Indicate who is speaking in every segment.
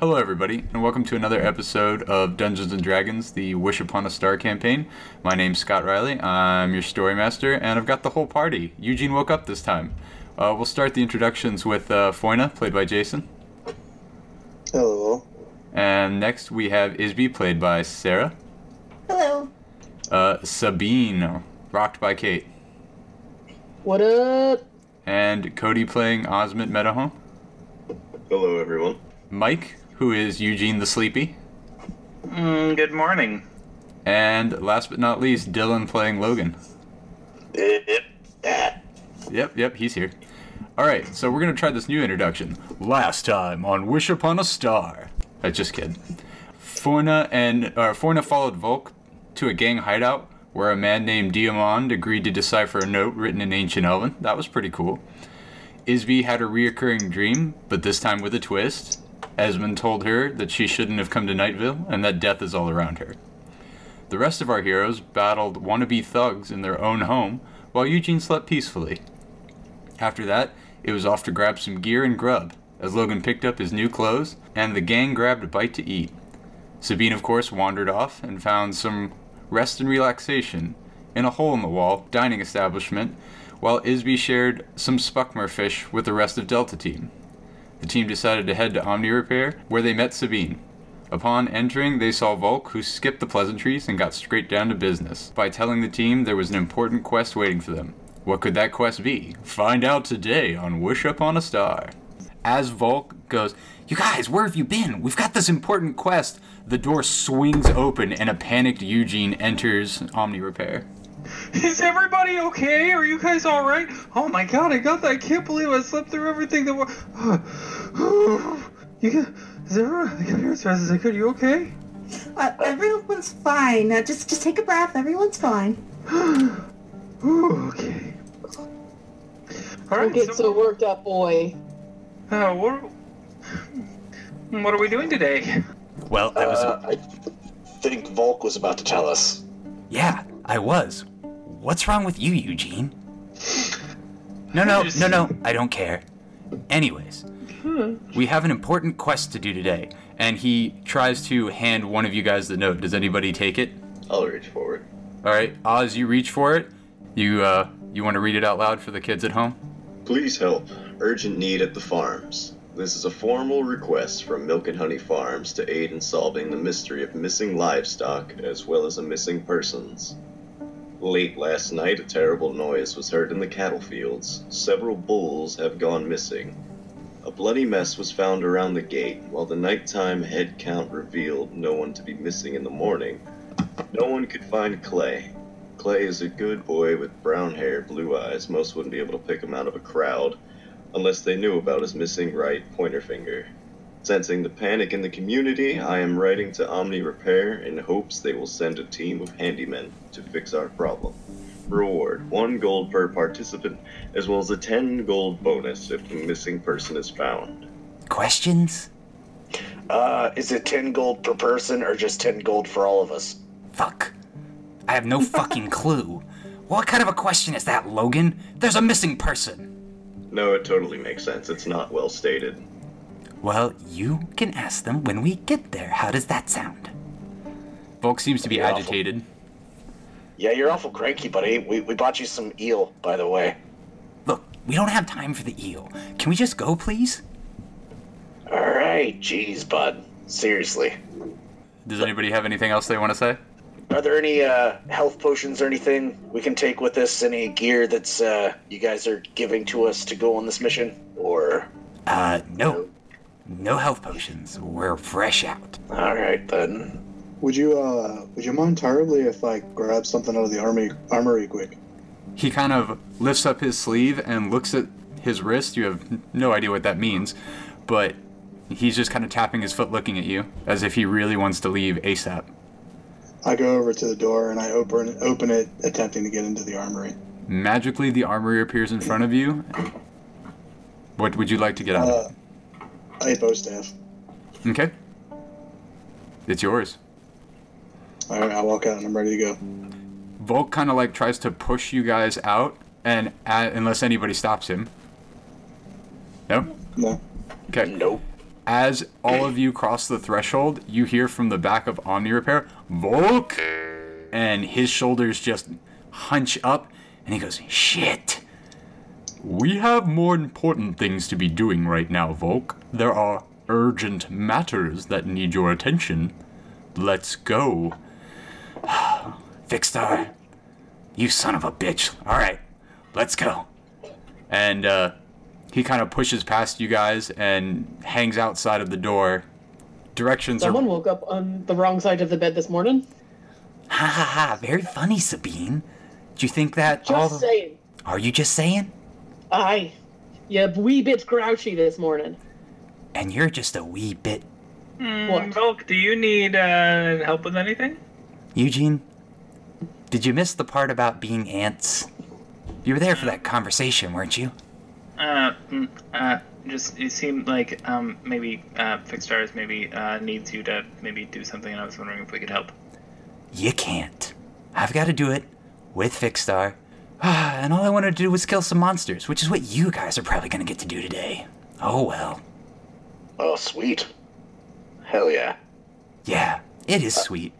Speaker 1: Hello, everybody, and welcome to another episode of Dungeons and Dragons: The Wish Upon a Star campaign. My name's Scott Riley. I'm your story master, and I've got the whole party. Eugene woke up this time. Uh, we'll start the introductions with uh, Foyna, played by Jason,
Speaker 2: Hello.
Speaker 1: and next we have Isby, played by Sarah.
Speaker 3: Hello.
Speaker 1: Uh, Sabine, rocked by Kate,
Speaker 4: What up?
Speaker 1: and Cody playing Osmond Metahome.
Speaker 2: Hello, everyone.
Speaker 1: Mike, who is Eugene the Sleepy,
Speaker 5: Mm, good morning.
Speaker 1: and last but not least, Dylan playing Logan. Yep, yep, he's here. All right, so we're gonna try this new introduction. Last time on Wish Upon a Star. I just kid. Forna and uh, Forna followed Volk to a gang hideout where a man named Diamond agreed to decipher a note written in ancient Elven. That was pretty cool. Isby had a reoccurring dream, but this time with a twist. Esmond told her that she shouldn't have come to Nightville and that death is all around her. The rest of our heroes battled wannabe thugs in their own home, while Eugene slept peacefully. After that, it was off to grab some gear and grub, as Logan picked up his new clothes, and the gang grabbed a bite to eat. Sabine, of course, wandered off and found some rest and relaxation in a hole in the wall dining establishment, while Isby shared some Spuckmer fish with the rest of Delta Team. The team decided to head to Omni Repair, where they met Sabine. Upon entering, they saw Volk, who skipped the pleasantries and got straight down to business by telling the team there was an important quest waiting for them. What could that quest be? Find out today on Wish Upon a Star. As Volk goes, You guys, where have you been? We've got this important quest. The door swings open and a panicked Eugene enters Omni Repair.
Speaker 5: Is everybody okay? Are you guys all right? Oh my god, I got that. I can't believe I slept through everything that was. you guys, is everyone? I got here as fast as I could. You okay?
Speaker 3: Uh, everyone's fine. Uh, just just take a breath. Everyone's fine.
Speaker 5: Ooh, okay. All
Speaker 4: Don't
Speaker 5: right.
Speaker 4: get so
Speaker 5: So,
Speaker 4: worked up, boy.
Speaker 5: uh, what? What are we doing today?
Speaker 6: Well, I was.
Speaker 2: Uh, I think Volk was about to tell us.
Speaker 6: yeah, I was. What's wrong with you, Eugene? No, no, no, no. I don't care. Anyways,
Speaker 1: We have an important quest to do today, and he tries to hand one of you guys the note. Does anybody take it?
Speaker 2: I'll reach forward.
Speaker 1: All right, Oz, you reach for it. You uh, you want to read it out loud for the kids at home?
Speaker 7: Please help. Urgent need at the farms. This is a formal request from Milk and Honey Farms to aid in solving the mystery of missing livestock as well as a missing persons. Late last night, a terrible noise was heard in the cattle fields. Several bulls have gone missing. A bloody mess was found around the gate, while the nighttime head count revealed no one to be missing in the morning. No one could find Clay, Clay is a good boy with brown hair, blue eyes. Most wouldn't be able to pick him out of a crowd unless they knew about his missing right pointer finger. Sensing the panic in the community, I am writing to Omni Repair in hopes they will send a team of handymen to fix our problem. Reward one gold per participant, as well as a 10 gold bonus if the missing person is found.
Speaker 6: questions?
Speaker 2: Uh, is it 10 gold per person or just 10 gold for all of us?
Speaker 6: Fuck. I have no fucking clue. What kind of a question is that, Logan? There's a missing person.
Speaker 7: No, it totally makes sense. It's not well stated.
Speaker 6: Well, you can ask them when we get there. How does that sound?
Speaker 1: Volk seems to be
Speaker 2: Yeah.
Speaker 1: agitated.
Speaker 2: Yeah, you're awful cranky, buddy. We, we bought you some eel, by the way.
Speaker 6: Look, we don't have time for the eel. Can we just go, please?
Speaker 2: All right, jeez, bud. Seriously.
Speaker 1: Does anybody have anything else they want to say?
Speaker 2: Are there any uh, health potions or anything we can take with us? Any gear that's uh, you guys are giving to us to go on this mission? Or
Speaker 6: Uh, no. No health potions. We're fresh out.
Speaker 2: all right then.
Speaker 8: Would you uh would you mind terribly if I grab something out of the army armory quick?
Speaker 1: He kind of lifts up his sleeve and looks at his wrist. You have no idea what that means, but he's just kind of tapping his foot looking at you as if he really wants to leave ASAP.
Speaker 8: I go over to the door and I open open it, attempting to get into the armory.
Speaker 1: Magically, the armory appears in front of you. What would you like to get out
Speaker 8: Uh,
Speaker 1: of
Speaker 8: I bow staff.
Speaker 1: it? Okay. It's yours.
Speaker 8: All right, I walk out and I'm ready to go.
Speaker 1: Volk kind of like tries to push you guys out, and uh, unless anybody stops him. No?
Speaker 8: No,
Speaker 1: Okay.
Speaker 2: Nope.
Speaker 1: As all of you cross the threshold, you hear from the back of Omni Repair, Volk! And his shoulders just hunch up, and he goes, Shit! We have more important things to be doing right now, Volk. There are urgent matters that need your attention. Let's go.
Speaker 6: Fixstar, you son of a bitch. All right, let's go.
Speaker 1: and uh, he kind of pushes past you guys and hangs outside of the door. Directions
Speaker 4: Someone
Speaker 1: are
Speaker 4: woke up on the wrong side of the bed this morning.
Speaker 6: Ha ha ha! Very funny, Sabine. Do you think that all?
Speaker 4: Just
Speaker 8: Oh.
Speaker 6: the-
Speaker 4: saying.
Speaker 6: Are you just saying?
Speaker 4: Aye. Yeah, wee bit grouchy this morning.
Speaker 6: And you're just a wee bit,
Speaker 7: Hmm.
Speaker 5: Mm,
Speaker 4: What?
Speaker 5: Volk, do you need uh, help with anything?
Speaker 6: Eugene. Did you miss the part about being ants? You were there for that conversation, weren't you?
Speaker 5: Uh, mm, uh, just it seemed like um maybe uh Fixstars maybe uh needs you to maybe do something, and I was wondering if we could help.
Speaker 6: You can't. I've got to do it with Fixstar. and all I wanted to do was kill some monsters, which is what you guys are probably going to get to do today. Oh well.
Speaker 2: Oh, sweet. Hell yeah.
Speaker 6: Yeah, it is sweet.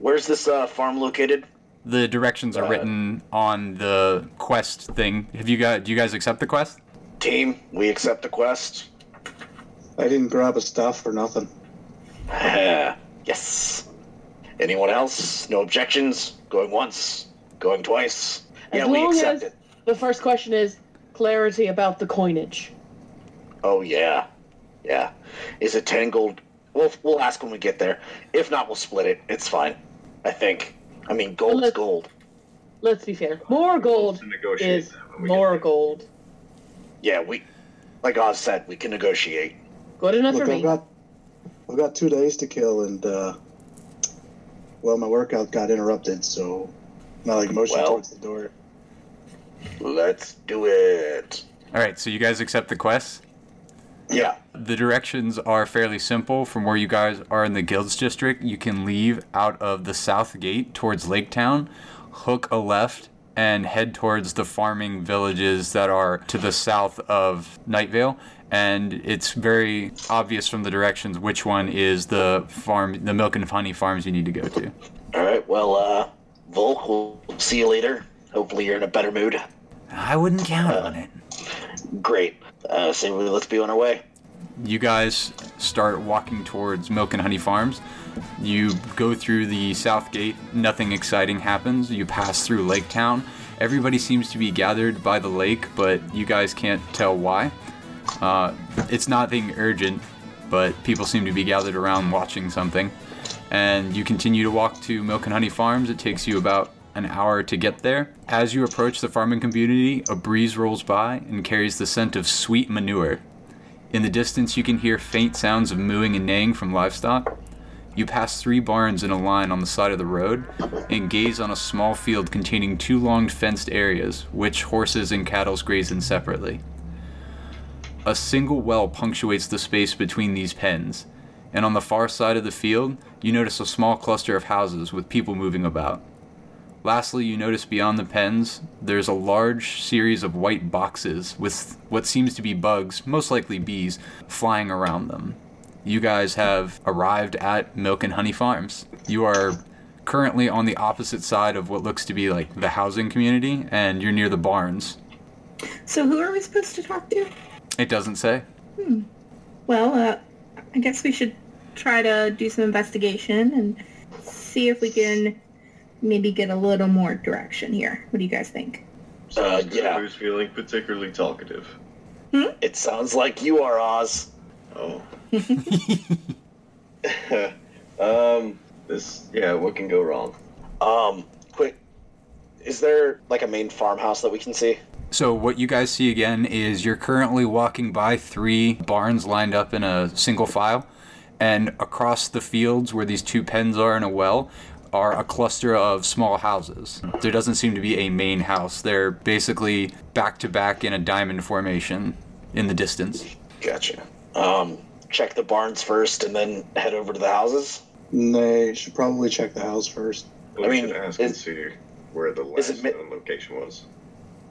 Speaker 2: Where's this uh, farm located?
Speaker 1: the directions are
Speaker 2: Uh,
Speaker 1: written on the quest thing. Have you got? Do you guys accept the quest?
Speaker 2: Team, we accept the quest.
Speaker 8: I didn't grab a staff for nothing.
Speaker 2: Uh, yes. Anyone else? No objections? Going once? Going twice?
Speaker 4: As
Speaker 2: Yeah, we
Speaker 4: long
Speaker 2: accept
Speaker 4: as-
Speaker 2: it.
Speaker 4: The first question is clarity about the coinage.
Speaker 2: Oh, yeah. Yeah. Is it 10 gold? We'll, we'll ask when we get there. If not, we'll split it. It's fine. I think. I mean, gold's
Speaker 4: Unless-
Speaker 2: gold.
Speaker 4: Let's be fair. More gold
Speaker 7: To negotiate
Speaker 4: is
Speaker 7: that when we get
Speaker 4: more
Speaker 7: there.
Speaker 4: gold.
Speaker 2: Yeah, we, like Oz said, we can negotiate.
Speaker 4: Good enough
Speaker 8: Look,
Speaker 4: for
Speaker 8: I've
Speaker 4: me.
Speaker 8: got, I've got two days to kill, and uh, well, my workout got interrupted, so my like motion
Speaker 2: Well.
Speaker 8: towards the door.
Speaker 2: Let's do it.
Speaker 1: All right, so you guys accept the quest.
Speaker 2: Yeah.
Speaker 1: The directions are fairly simple. From where you guys are in the guilds district, you can leave out of the south gate towards Lake Town, hook a left, and head towards the farming villages that are to the south of Nightvale. And it's very obvious from the directions which one is the farm, the milk and honey farms you need to go to.
Speaker 2: All right. Well, uh, Volk, we'll see you later. Hopefully, you're in a better mood.
Speaker 6: I wouldn't count
Speaker 2: Uh,
Speaker 6: on it.
Speaker 2: Great. Uh, so let's be on our way.
Speaker 1: you guys start walking towards Milk and Honey Farms. You go through the south gate, nothing exciting happens. You pass through Lake Town. Everybody seems to be gathered by the lake, but you guys can't tell why. Uh, it's nothing urgent, but people seem to be gathered around watching something. And you continue to walk to Milk and Honey Farms. It takes you about an hour to get there. As you approach the farming community, a breeze rolls by and carries the scent of sweet manure. In the distance, you can hear faint sounds of mooing and neighing from livestock. You pass three barns in a line on the side of the road and gaze on a small field containing two long fenced areas, which horses and cattle graze in separately. A single well punctuates the space between these pens, and on the far side of the field, you notice a small cluster of houses with people moving about. Lastly, you notice beyond the pens, there's a large series of white boxes with what seems to be bugs, most likely bees, flying around them. You guys have arrived at Milk and Honey Farms. You are currently on the opposite side of what looks to be like the housing community, and you're near the barns.
Speaker 3: So who are we supposed to talk to?
Speaker 1: It doesn't say.
Speaker 3: Well, uh, I guess we should try to do some investigation and see if we can maybe get a little more direction here. What do you guys think?
Speaker 7: Sounds good.
Speaker 2: Uh, yeah.
Speaker 7: Who's feeling particularly talkative?
Speaker 2: It sounds like you are Oz. Uh,
Speaker 7: Oh. um. This. Yeah. What can go wrong?
Speaker 2: Um, quick. Is there like a main farmhouse that we can see?
Speaker 1: So, what you guys see again is you're currently walking by three barns lined up in a single file, and across the fields where these two pens are in a well are a cluster of small houses. There doesn't seem to be a main house, they're basically back to back in a diamond formation in the distance.
Speaker 2: Gotcha. Um, check the barns first and then head over to the houses.
Speaker 8: They should probably check the house first.
Speaker 7: Well,
Speaker 2: I
Speaker 7: we
Speaker 2: mean,
Speaker 7: should ask
Speaker 2: is-
Speaker 7: and see where the
Speaker 2: is
Speaker 7: last
Speaker 2: it mi-
Speaker 7: known location was.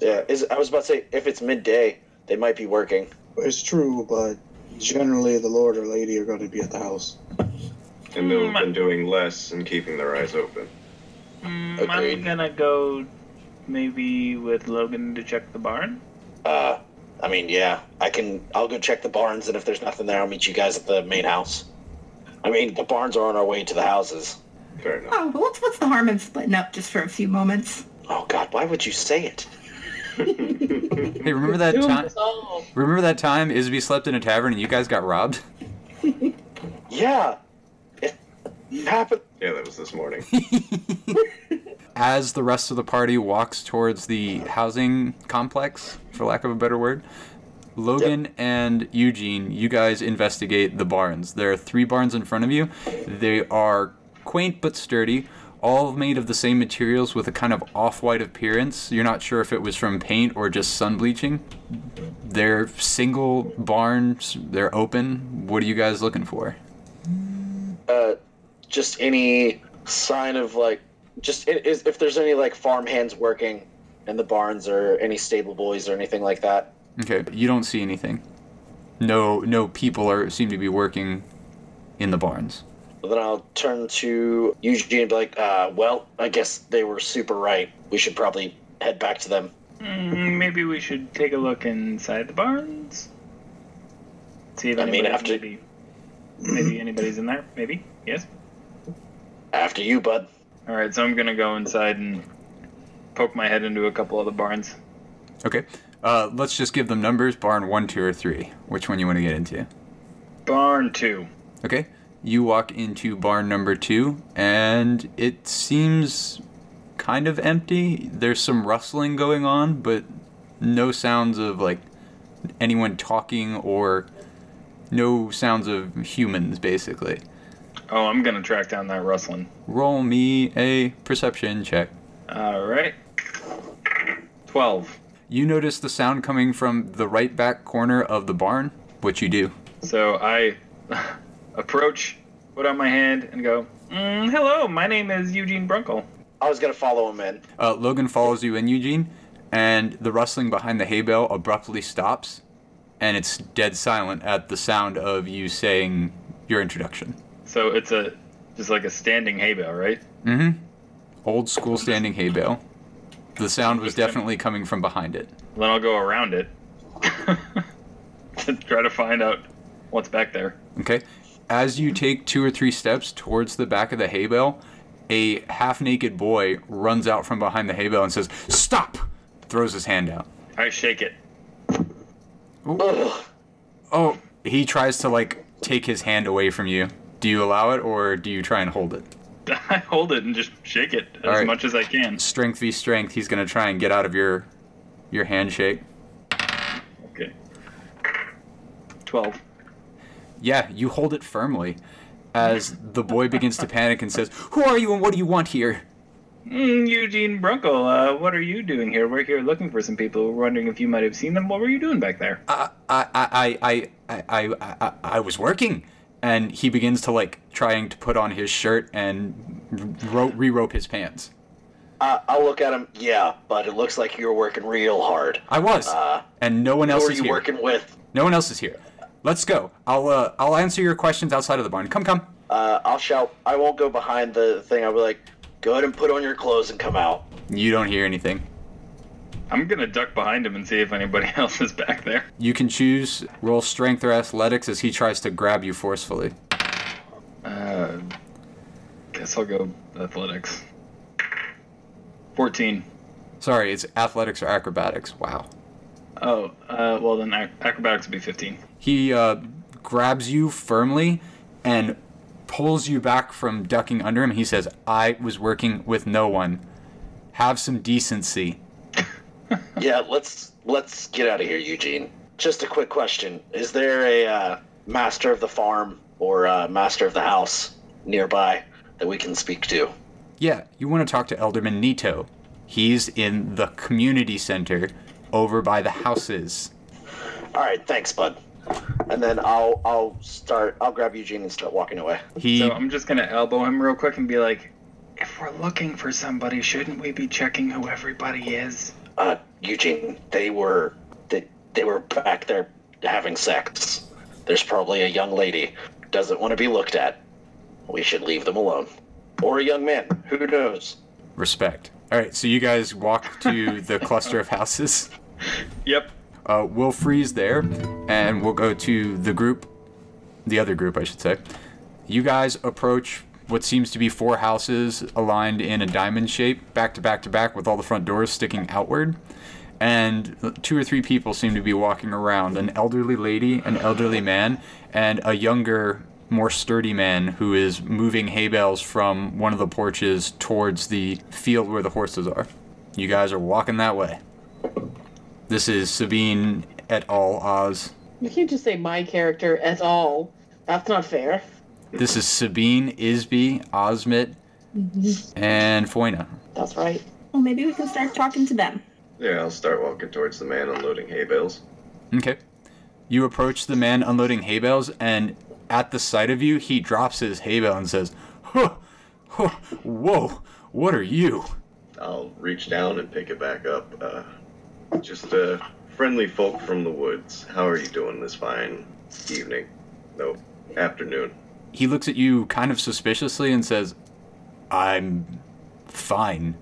Speaker 2: Yeah. Is I was about to say if it's midday, they might be working.
Speaker 8: It's true, but generally the lord or lady are going to be at the house.
Speaker 7: And they've been doing less and keeping their eyes open.
Speaker 5: Mm, I'm
Speaker 2: Agreed.
Speaker 5: gonna go maybe with Logan to check the barn.
Speaker 2: Uh, I mean, yeah, I can. I'll go check the barns, and if there's nothing there, I'll meet you guys at the main house. I mean, the barns are on our way to the houses.
Speaker 7: Fair enough.
Speaker 3: Oh, but what's, what's the harm in splitting up just for a few moments?
Speaker 2: Oh God, why would you say it?
Speaker 1: Hey, remember that
Speaker 4: Doom
Speaker 1: time?
Speaker 4: us all.
Speaker 1: Remember that time Isby slept in a tavern and you guys got robbed?
Speaker 2: Yeah, it happened.
Speaker 7: Yeah, that was this morning.
Speaker 1: As the rest of the party walks towards the housing complex, for lack of a better word, Logan and Eugene, you guys investigate the barns. There are three barns in front of you. They are quaint but sturdy, all made of the same materials with a kind of off white appearance. You're not sure if it was from paint or just sun bleaching. They're single barns, they're open. What are you guys looking for?
Speaker 2: Uh, just any sign of like, just i- is if there's any like farm hands working in the barns or any stable boys or anything like that.
Speaker 1: Okay, you don't see anything. No, no people are seem to be working in the barns.
Speaker 2: Well, then I'll turn to Eugene and be like, uh, well, I guess they were super right. We should probably head back to them.
Speaker 5: Mm, maybe we should take a look inside the barns. See if
Speaker 2: I mean,
Speaker 5: anybody-
Speaker 2: after-
Speaker 5: maybe, maybe anybody's in there. Maybe yes.
Speaker 2: After you, bud.
Speaker 5: All right, so I'm gonna go inside and poke my head into a couple of the barns.
Speaker 1: Okay, uh, let's just give them numbers: barn one, two, or three. Which one you want to get into?
Speaker 5: Barn two.
Speaker 1: Okay, you walk into barn number two, and it seems kind of empty. There's some rustling going on, but no sounds of like anyone talking or no sounds of humans, basically.
Speaker 5: Oh, I'm gonna track down that rustling.
Speaker 1: Roll me a perception check.
Speaker 5: All right. Twelve.
Speaker 1: You notice the sound coming from the right back corner of the barn. What you do?
Speaker 5: So I approach, put out my hand, and go, mm, "Hello, my name is Eugene Brunkle."
Speaker 2: I was gonna follow him in.
Speaker 1: Uh, Logan follows you in, Eugene, and the rustling behind the hay bale abruptly stops, and it's dead silent at the sound of you saying your introduction.
Speaker 5: So it's a just like a standing hay bale, right?
Speaker 1: Mm-hmm. Old school standing hay bale. The sound was definitely coming from behind it.
Speaker 5: Then I'll go around it to try to find out what's back there.
Speaker 1: Okay. As you take two or three steps towards the back of the hay bale, a half naked boy runs out from behind the hay bale and says, Stop! Throws his hand out.
Speaker 5: I shake it.
Speaker 2: Ugh.
Speaker 1: Oh, he tries to like take his hand away from you. Do you allow it or do you try and hold it?
Speaker 5: I hold it and just shake it as
Speaker 1: All right.
Speaker 5: much as I can.
Speaker 1: Strength v strength, he's gonna try and get out of your your handshake.
Speaker 5: Okay. Twelve.
Speaker 1: Yeah, you hold it firmly as the boy begins to panic and says, Who are you and what do you want here?
Speaker 5: Mm, Eugene Brunkle, uh, what are you doing here? We're here looking for some people. We're wondering if you might have seen them. What were you doing back there?
Speaker 1: I, I, I, I, I, I, I, I was working. And he begins to like trying to put on his shirt and ro- re rope his pants.
Speaker 2: Uh, I'll look at him. Yeah, but it looks like you're working real hard.
Speaker 1: I was.
Speaker 2: Uh,
Speaker 1: and no one
Speaker 2: Who
Speaker 1: else
Speaker 2: are
Speaker 1: is
Speaker 2: you
Speaker 1: here.
Speaker 2: working with?
Speaker 1: No one else is here. Let's go. I'll, uh, I'll answer your questions outside of the barn. Come, come.
Speaker 2: Uh, I'll shout. I won't go behind the thing. I'll be like, go ahead and put on your clothes and come out.
Speaker 1: You don't hear anything.
Speaker 5: I'm gonna duck behind him and see if anybody else is back there.
Speaker 1: You can choose roll strength or athletics as he tries to grab you forcefully.
Speaker 5: Uh, guess I'll go athletics. Fourteen.
Speaker 1: Sorry, it's athletics or acrobatics. Wow.
Speaker 5: Oh, uh, well then ac- acrobatics would be fifteen.
Speaker 1: He uh, grabs you firmly and pulls you back from ducking under him. He says, I was working with no one. Have some decency.
Speaker 2: Yeah, let's let's get out of here, Eugene. Just a quick question: Is there a uh, master of the farm or uh, master of the house nearby that we can speak to?
Speaker 1: Yeah, you want to talk to Elderman Nito. He's in the community center over by the houses.
Speaker 2: All right, thanks, bud. And then I'll I'll start. I'll grab Eugene and start walking away.
Speaker 1: He
Speaker 5: So I'm just gonna elbow him real quick and be like, "If we're looking for somebody, shouldn't we be checking who everybody is?"
Speaker 2: Uh, Eugene, they were they, they were back there having sex. There's probably a young lady doesn't want to be looked at. We should leave them alone. Or a young man. Who knows?
Speaker 1: Respect. All right, so you guys walk to the cluster of houses.
Speaker 5: Yep.
Speaker 1: Uh, we'll freeze there, and we'll go to the group, the other group, I should say. You guys approach what seems to be four houses aligned in a diamond shape, back to back to back, with all the front doors sticking outward. And two or three people seem to be walking around an elderly lady, an elderly man, and a younger, more sturdy man who is moving hay bales from one of the porches towards the field where the horses are. You guys are walking that way. This is Sabine et al. Oz.
Speaker 4: You can't just say my character at all. That's not fair.
Speaker 1: This is Sabine, Isby, Osmit,
Speaker 8: Mm-hmm.
Speaker 1: and Foyna.
Speaker 4: That's right.
Speaker 3: Well, maybe we can start talking to them.
Speaker 7: Yeah, I'll start walking towards the man unloading hay bales.
Speaker 1: Okay. You approach the man unloading hay bales, and at the sight of you, he drops his hay bale and says, huh, huh, Whoa, what are you?
Speaker 7: I'll reach down and pick it back up. Uh, just uh, friendly folk from the woods. How are you doing this fine evening? No, afternoon.
Speaker 1: He looks at you kind of suspiciously and says, I'm fine.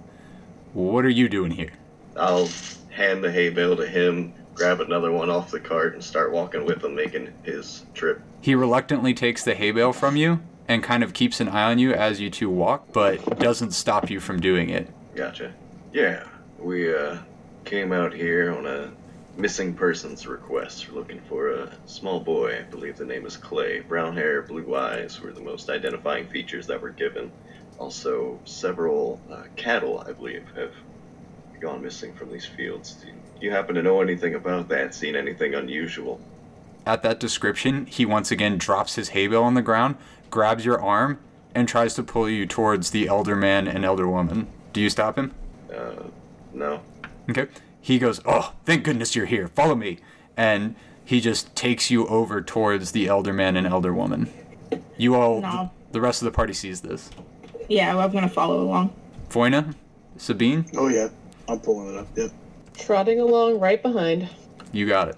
Speaker 1: What are you doing here?
Speaker 7: I'll hand the hay bale to him, grab another one off the cart, and start walking with him, making his trip.
Speaker 1: He reluctantly takes the hay bale from you and kind of keeps an eye on you as you two walk, but doesn't stop you from doing it.
Speaker 7: Gotcha. Yeah, we uh, came out here on a missing persons request. We're looking for a small boy. I believe the name is Clay. Brown hair, blue eyes were the most identifying features that were given. Also, several uh, cattle, I believe, have gone missing from these fields. Do you, you happen to know anything about that? Seen anything unusual?
Speaker 1: At that description, he once again drops his hay bale on the ground, grabs your arm, and tries to pull you towards the elder man and elder woman. Do you stop him?
Speaker 7: Uh, no.
Speaker 1: Okay. He goes, Oh, thank goodness you're here. Follow me. And he just takes you over towards the elder man and elder woman. You all,
Speaker 3: No.
Speaker 1: the rest of the party sees this.
Speaker 3: Yeah, well, I'm gonna follow along.
Speaker 1: Foyna, Sabine,
Speaker 8: Oh yeah, I'm pulling it up. Yep.
Speaker 4: Trotting along right behind.
Speaker 1: you got it.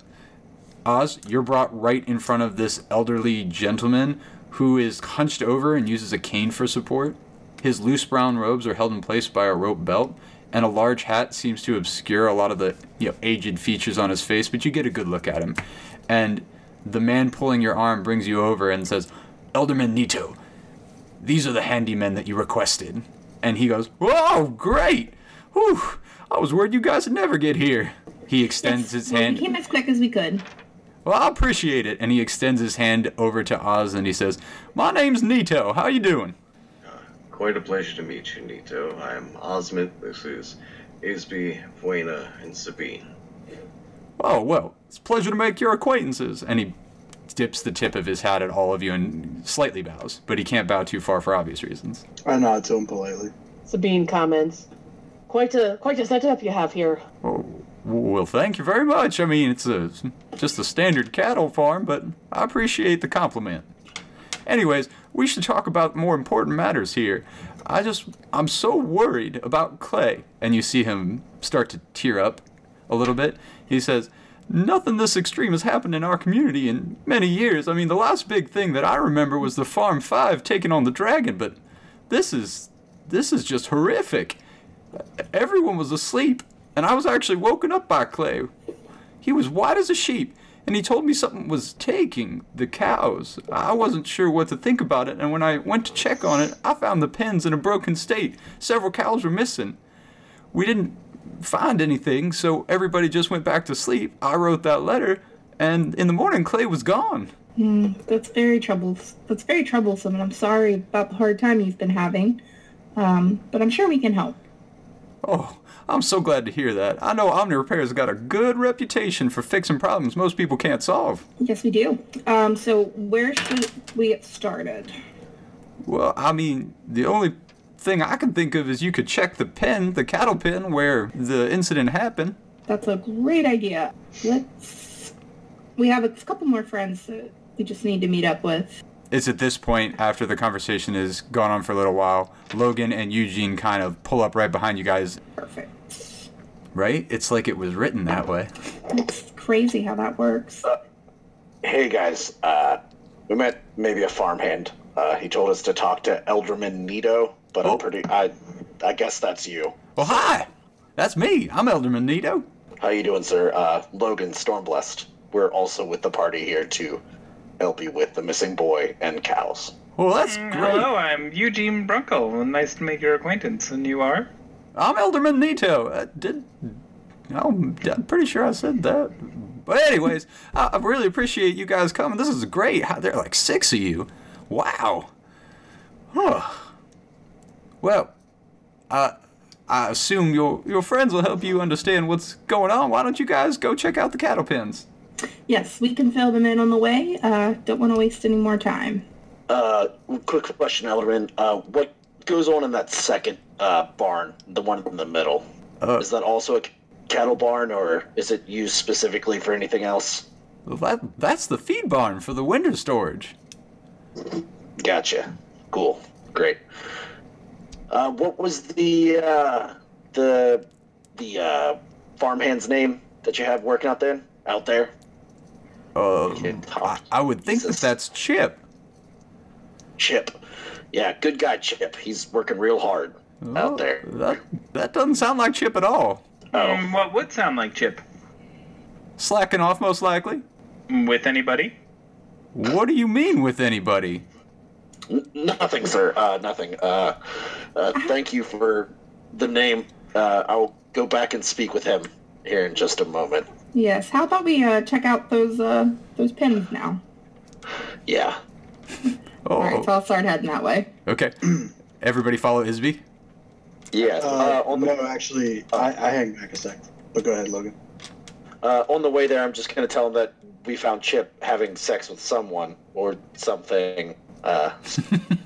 Speaker 1: Oz, you're brought right in front of this elderly gentleman who is hunched over and uses a cane for support. His loose brown robes are held in place by a rope belt, and a large hat seems to obscure a lot of the you know, aged features on his face, but you get a good look at him. And the man pulling your arm brings you over and says, Elderman Nito, these are the handymen that you requested. And he goes, Whoa, great! Whew, I was worried you guys would never get here. He extends his
Speaker 3: Well,
Speaker 1: hand.
Speaker 3: We came as quick as we could.
Speaker 1: Well, I appreciate it. And he extends his hand over to Oz and he says, My name's Nito. How you doing?
Speaker 7: Quite a pleasure to meet you, Nito. I'm Osmond. This is Isby, Buena, and Sabine.
Speaker 1: Oh, well, it's a pleasure to make your acquaintances. And he dips the tip of his hat at all of you and slightly bows, but he can't bow too far for obvious reasons.
Speaker 8: I nod to him politely.
Speaker 4: Sabine comments. Quite a quite a setup you have here.
Speaker 1: Oh, well, thank you very much. I mean, it's a, just a standard cattle farm, but I appreciate the compliment. Anyways, we should talk about more important matters here. I just, I'm so worried about Clay. And you see him start to tear up a little bit. He says, Nothing this extreme has happened in our community in many years. I mean, the last big thing that I remember was the Farm 5 taking on the dragon, but this is, this is just horrific. Everyone was asleep, and I was actually woken up by Clay. He was white as a sheep, and he told me something was taking the cows. I wasn't sure what to think about it, and when I went to check on it, I found the pens in a broken state. Several cows were missing. We didn't find anything, so everybody just went back to sleep. I wrote that letter, and in the morning, Clay was gone.
Speaker 3: Hmm, that's very troubles. That's very troublesome, and I'm sorry about the hard time you've been having. Um, but I'm sure we can help.
Speaker 1: Oh, I'm so glad to hear that. I know Omni Repair's got a good reputation for fixing problems most people can't solve.
Speaker 3: Yes, we do. Um, so where should we get started?
Speaker 1: Well, I mean, the only thing I can think of is you could check the pen, the cattle pen, where the incident happened.
Speaker 3: That's a great idea. Let's. We have a couple more friends that we just need to meet up with.
Speaker 1: It's at this point, after the conversation has gone on for a little while, Logan and Eugene kind of pull up right behind you guys,
Speaker 3: Perfect.
Speaker 1: right? It's like it was written that way.
Speaker 3: It's crazy how that works.
Speaker 2: hey guys, uh, we met maybe a farmhand. Uh, he told us to talk to Elderman Nito, but
Speaker 1: Oh.
Speaker 2: I'm pretty. I, I guess that's you.
Speaker 1: Well, hi! That's me. I'm Elderman Nito.
Speaker 2: How you doing, sir? Uh, Logan Stormblessed. We're also with the party here to help you with the missing boy and cows.
Speaker 1: Well, that's
Speaker 5: Mm,
Speaker 1: great.
Speaker 5: Hello, I'm Eugene Brunkel. Nice to make your acquaintance. And you are?
Speaker 1: I'm Elderman Nito. I did. I'm, I'm pretty sure I said that. But, anyways, I, I really appreciate you guys coming. This is great. How, there are like six of you. Wow. Huh. Well, uh, I assume your, your friends will help you understand what's going on. Why don't you guys go check out the cattle pens?
Speaker 3: Yes, we can fill them in on the way. Uh, don't want to waste any more time.
Speaker 2: Uh, quick question, Elderman. Uh, what goes on in that second uh, barn, the one in the middle?
Speaker 1: Uh,
Speaker 2: is that also a cattle barn, or is it used specifically for anything else?
Speaker 1: Well, that, that's the feed barn for the winter storage.
Speaker 2: Gotcha. Cool. Great. Uh, what was the uh, the the uh, farmhand's name that you have working out there? Out there?
Speaker 1: Uh,
Speaker 2: Kid
Speaker 1: I,
Speaker 2: talk.
Speaker 1: I would think that
Speaker 2: Jesus.
Speaker 1: that's Chip.
Speaker 2: Chip. Yeah, good guy, Chip. He's working real hard
Speaker 1: Oh,
Speaker 2: out there.
Speaker 1: That that doesn't sound like Chip at all.
Speaker 2: Oh,
Speaker 5: Um, what would sound like Chip?
Speaker 1: Slacking off, most likely.
Speaker 5: With anybody?
Speaker 1: What do you mean with anybody?
Speaker 2: n- nothing, sir. Uh, nothing. Uh, uh, thank you for the name. Uh, I'll go back and speak with him here in just a moment.
Speaker 3: Yes. How about we uh, check out those uh, those pins now?
Speaker 2: Yeah.
Speaker 1: Oh,
Speaker 3: All right, so I'll start heading that way.
Speaker 1: okay. Everybody follow Isby.
Speaker 2: Yeah.
Speaker 8: Uh,
Speaker 2: Uh, on the
Speaker 8: no, actually, I, I hang back a sec. But go ahead, Logan.
Speaker 2: Uh, on the way there, I'm just going to tell him that we found Chip having sex with someone or something. Uh,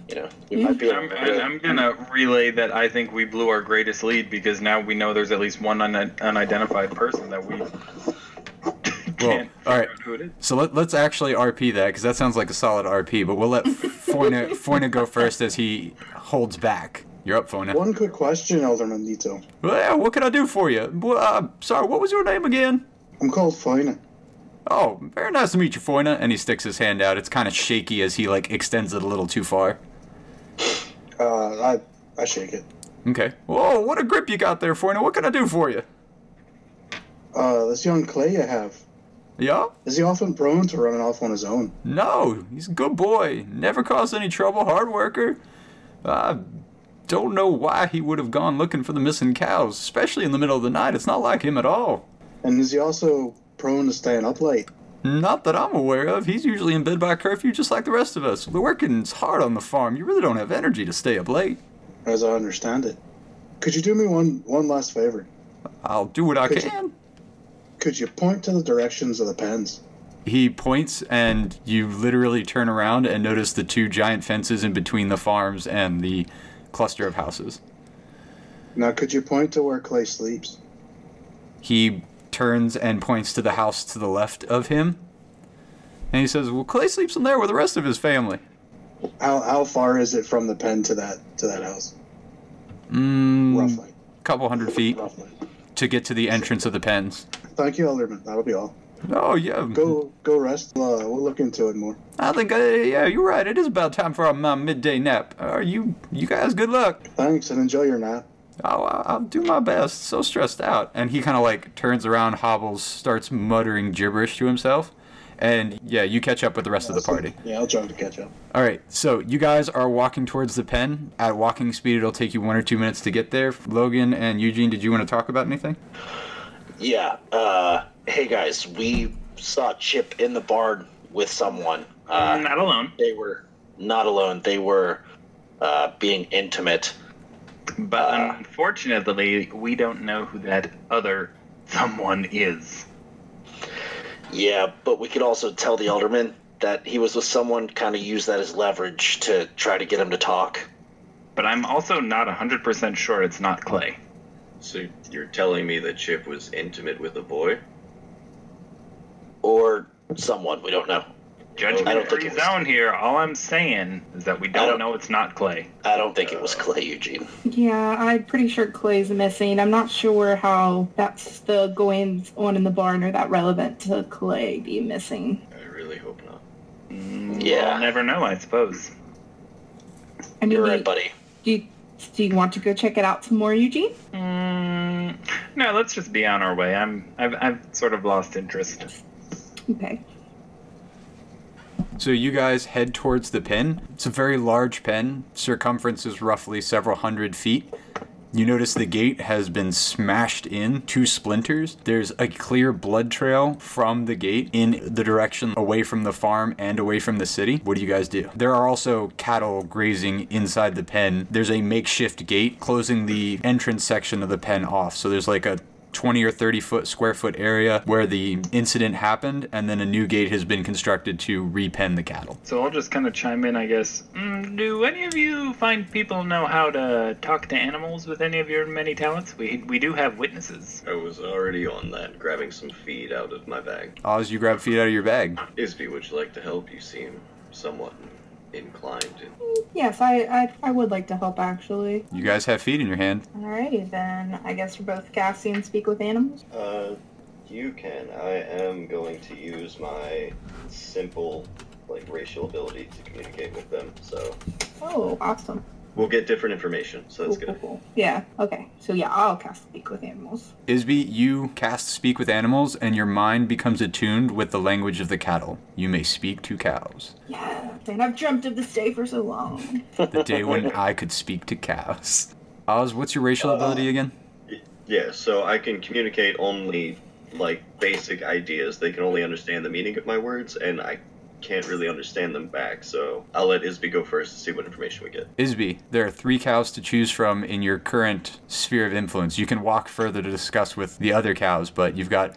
Speaker 2: you know, we might be.
Speaker 5: I'm, I- I'm gonna relay that I think we blew our greatest lead because now we know there's at least one un- unidentified person that we
Speaker 1: Well,
Speaker 5: can't
Speaker 1: all right.
Speaker 5: figure out who it is.
Speaker 1: So let, let's actually RP that because that sounds like a solid RP. But we'll let Forna Forna go first as he holds back. You're up, Forna.
Speaker 8: One quick question, Alderman Nito.
Speaker 1: Well, what can I do for you? Well, uh, sorry, what was your name again?
Speaker 8: I'm called Foina.
Speaker 1: Oh, very nice to meet you, Foina. And he sticks his hand out. It's kind of shaky as he like extends it a little too far.
Speaker 8: Uh, I I shake it.
Speaker 1: Okay. Whoa, what a grip you got there, Foina. What can I do for you?
Speaker 8: Uh, this young Clay you have
Speaker 1: Yeah?
Speaker 8: is he often prone to running off on his own?
Speaker 1: No, he's a good boy. Never caused any trouble. Hard worker. I don't know why he would have gone looking for the missing cows, especially in the middle of the night. It's not like him at all.
Speaker 8: And is he also prone to staying up late?
Speaker 1: Not that I'm aware of. He's usually in bed by curfew just like the rest of us. The working's hard on the farm. You really don't have energy to stay up late.
Speaker 8: as I understand it. Could you do me one one last favor?
Speaker 1: I'll do what I
Speaker 8: Could you-
Speaker 1: can.
Speaker 8: Could you point to the directions of the pens?
Speaker 1: He points, and you literally turn around and notice the two giant fences in between the farms and the cluster of houses.
Speaker 8: Now, could you point to where Clay sleeps?
Speaker 1: He turns and points to the house to the left of him. And he says, Well, Clay sleeps in there with the rest of his family.
Speaker 8: How how far is it from the pen to that to that house?
Speaker 1: Mm,
Speaker 8: Roughly,
Speaker 1: couple hundred feet
Speaker 8: roughly.
Speaker 1: to get to the entrance of the pens.
Speaker 8: Thank you, Alderman. That'll be all.
Speaker 1: Oh, yeah.
Speaker 8: Go go rest. Uh, we'll look into it more.
Speaker 1: I think, uh, yeah, you're right. It is about time for my midday nap. Are you, you guys, good luck.
Speaker 8: Thanks and enjoy your nap.
Speaker 1: I'll, I'll I'll do my best. So stressed out. And he kind of like turns around, hobbles, starts muttering gibberish to himself. And yeah, you catch up with the rest of the party.
Speaker 8: Yeah, I'll try to catch up.
Speaker 1: All right, so you guys are walking towards the pen. At walking speed, it'll take you one or two minutes to get there. Logan and Eugene, did you want to talk about anything?
Speaker 2: yeah. Uh, hey guys, we saw Chip in the barn with someone. Uh,
Speaker 5: Mm, Not alone,
Speaker 2: they were not alone. They were uh, being intimate. Uh,
Speaker 5: but unfortunately, we don't know who that other someone is.
Speaker 2: Yeah, but we could also tell the alderman that he was with someone. Kind of use that as leverage to try to get him to talk.
Speaker 5: But I'm also not 100% sure it's not Clay.
Speaker 7: So you're telling me that Chip was intimate with a boy?
Speaker 2: Or someone we don't know. I don't
Speaker 5: Judgment
Speaker 2: think
Speaker 5: free
Speaker 2: it was-
Speaker 5: zone here. All I'm saying is that we
Speaker 2: I
Speaker 5: don't,
Speaker 2: don't-
Speaker 5: know it's not Clay.
Speaker 2: I don't think it was Clay Eugene.
Speaker 3: Yeah, I'm pretty sure Clay's missing. I'm not sure how that's the goings on in the barn or that relevant to Clay being missing.
Speaker 7: I really hope
Speaker 2: Yeah,
Speaker 5: I'll Mm, never know, I suppose.
Speaker 3: I mean,
Speaker 2: you're
Speaker 3: do
Speaker 2: right,
Speaker 3: you-
Speaker 2: buddy.
Speaker 3: do, you, do you want to go check it out some more, Eugene?
Speaker 5: Mm, no, let's just be on our way. I'm I've, I've sort of lost interest.
Speaker 3: Okay.
Speaker 1: So you guys head towards the pen. It's a very large pen. Circumference is roughly several hundred feet. You notice the gate has been smashed in two splinters. There's a clear blood trail from the gate in the direction away from the farm and away from the city. What do you guys do? There are also cattle grazing inside the pen. There's a makeshift gate closing the entrance section of the pen off. So there's like a 20 or 30 foot square foot area where the incident happened, and then a new gate has been constructed to repen the cattle.
Speaker 5: So I'll just kind of chime in, I guess. Mm, do any of you find people know how to talk to animals with any of your many talents? We we do have witnesses.
Speaker 7: I was already on that, grabbing some feed out of my bag.
Speaker 1: Oz, you grab feet out of your bag.
Speaker 7: Isby, would you like to help? You seem somewhat inclined.
Speaker 3: Yes, I, I, I would like to help, actually.
Speaker 1: You guys have feet in your hand.
Speaker 3: Alrighty, then. I guess we're both casting Speak with Animals.
Speaker 7: Uh, you can. I am going to use my simple, like, racial ability to communicate with them. So
Speaker 3: Oh, awesome.
Speaker 7: we'll get different information. So
Speaker 3: Cool,
Speaker 7: that's
Speaker 3: cool,
Speaker 7: good.
Speaker 3: cool. Yeah, okay. So, yeah, I'll cast Speak with Animals.
Speaker 1: Isby, you cast Speak with Animals, and your mind becomes attuned with the language of the cattle. You may speak to cows.
Speaker 3: Yeah, and I've dreamt of this day for so long.
Speaker 1: The day when I could speak to cows. Oz, what's your
Speaker 7: Uh,
Speaker 1: racial ability again?
Speaker 7: Yeah. So I can communicate only like basic ideas. They can only understand the meaning of my words, and I can't really understand them back. So I'll let Isby go first to see what information we get.
Speaker 1: Isby, there are three cows to choose from in your current sphere of influence. You can walk further to discuss with the other cows, but you've got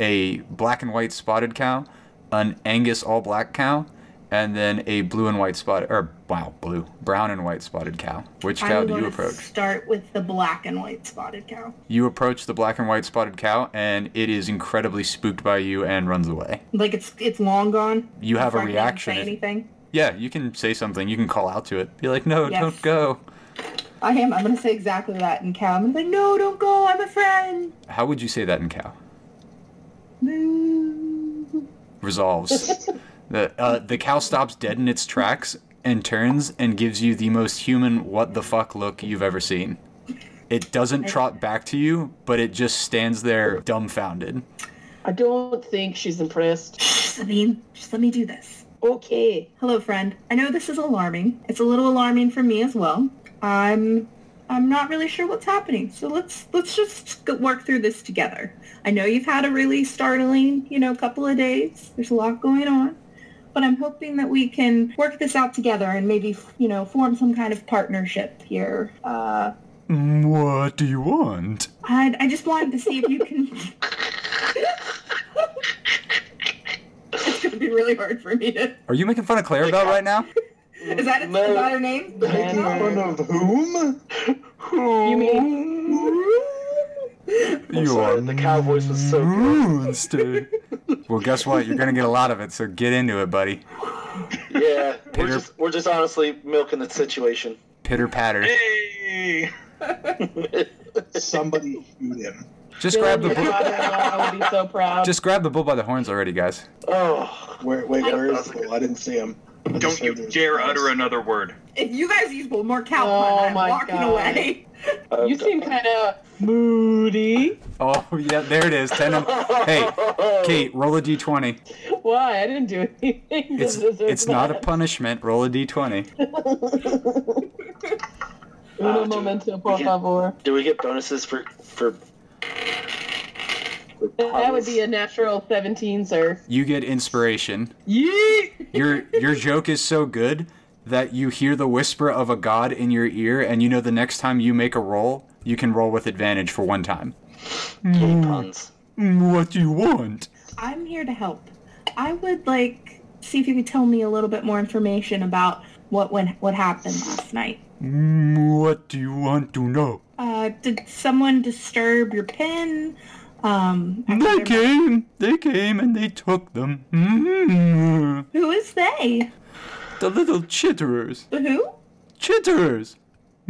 Speaker 1: a black and white spotted cow, an Angus all black cow, and then a blue and white spotted, or wow, blue, brown and white spotted cow. Which cow
Speaker 3: I'm
Speaker 1: do you
Speaker 3: gonna
Speaker 1: approach?
Speaker 3: Start with the black and white spotted cow.
Speaker 1: You approach the black and white spotted cow, and it is incredibly spooked by you and runs away.
Speaker 3: Like it's it's long gone.
Speaker 1: You have a
Speaker 3: Before I can
Speaker 1: reaction
Speaker 3: Say
Speaker 1: if-
Speaker 3: anything?
Speaker 1: Yeah, you can say something. You can call out to it. Be like, no,
Speaker 3: Yes.
Speaker 1: don't go.
Speaker 3: I am. I'm gonna say exactly that in cow. I'm gonna be like, no, don't go. I'm a friend.
Speaker 1: How would you say that in cow?
Speaker 3: Moo.
Speaker 1: resolves. the uh, the cow stops dead in its tracks and turns and gives you the most human what the fuck look you've ever seen. It doesn't trot back to you, but it just stands there dumbfounded.
Speaker 4: I don't think she's impressed.
Speaker 3: Sabine, just let me do this.
Speaker 4: Okay.
Speaker 3: Hello, friend. I know this is alarming. It's a little alarming for me as well. I'm I'm not really sure what's happening. So let's let's just go- work through this together. I know you've had a really startling, you know, couple of days. There's a lot going on, but I'm hoping that we can work this out together and maybe, you know, form some kind of partnership here. Uh,
Speaker 6: Mm,
Speaker 1: What do you want?
Speaker 3: I I just wanted to see if you can. it's gonna be really hard for me to.
Speaker 1: Are you making fun of Clarabelle right now?
Speaker 3: Is that, is
Speaker 2: No.
Speaker 3: that her name?
Speaker 8: Making fun of whom?
Speaker 4: You mean
Speaker 2: I'm sorry, the cow voice was so good.
Speaker 1: Mm-hmm. monster. well, guess what? You're gonna get a lot of it, so get into it, buddy.
Speaker 2: Yeah, we're
Speaker 1: Peter-
Speaker 2: just we're just honestly milking the situation.
Speaker 1: Pitter patter.
Speaker 5: Hey!
Speaker 8: Somebody shoot him.
Speaker 1: Just grab the
Speaker 4: Dylan,
Speaker 1: bull.
Speaker 4: you're proud of her. I would be so proud.
Speaker 1: Just grab the bull by the horns already, guys.
Speaker 2: Oh,
Speaker 8: Where, wait,
Speaker 2: that
Speaker 8: where is
Speaker 2: was
Speaker 8: Bull? I didn't see him. I just
Speaker 5: Don't you
Speaker 8: heard his
Speaker 5: dare
Speaker 8: voice.
Speaker 5: utter another word.
Speaker 3: If you guys use bull more cow
Speaker 4: Oh
Speaker 3: pun, I'm
Speaker 4: my
Speaker 3: walking
Speaker 4: God.
Speaker 3: away.
Speaker 2: I'm
Speaker 4: you
Speaker 2: done.
Speaker 4: seem kind of moody.
Speaker 1: Oh yeah, there it is. Ten. On, hey, Kate, roll a d20.
Speaker 4: Why? I didn't do anything. to
Speaker 1: It's
Speaker 4: deserve
Speaker 1: it's not a
Speaker 4: that.
Speaker 1: punishment. Roll a d20.
Speaker 4: Uno
Speaker 2: Ah, dude.
Speaker 4: momento, por
Speaker 2: Yeah.
Speaker 4: favor.
Speaker 2: Do we get bonuses for for? for
Speaker 4: That would
Speaker 2: puns?
Speaker 4: be a natural 17, sir.
Speaker 1: You get inspiration.
Speaker 4: Yeet!
Speaker 1: Your your joke is so good that you hear the whisper of a god in your ear, and you know the next time you make a roll, you can roll with advantage for one time.
Speaker 6: Mm,
Speaker 2: Kate puns.
Speaker 1: What do you want?
Speaker 3: I'm here to help. I would like see if you could tell me a little bit more information about what went what happened last night.
Speaker 1: What do you want to know?
Speaker 3: Uh, did someone disturb your pen? Um, I
Speaker 1: They
Speaker 3: remember-
Speaker 1: came, they came, and they took them. Mm-hmm.
Speaker 3: who is they?
Speaker 1: The little chitterers.
Speaker 3: The Who?
Speaker 1: Chitterers.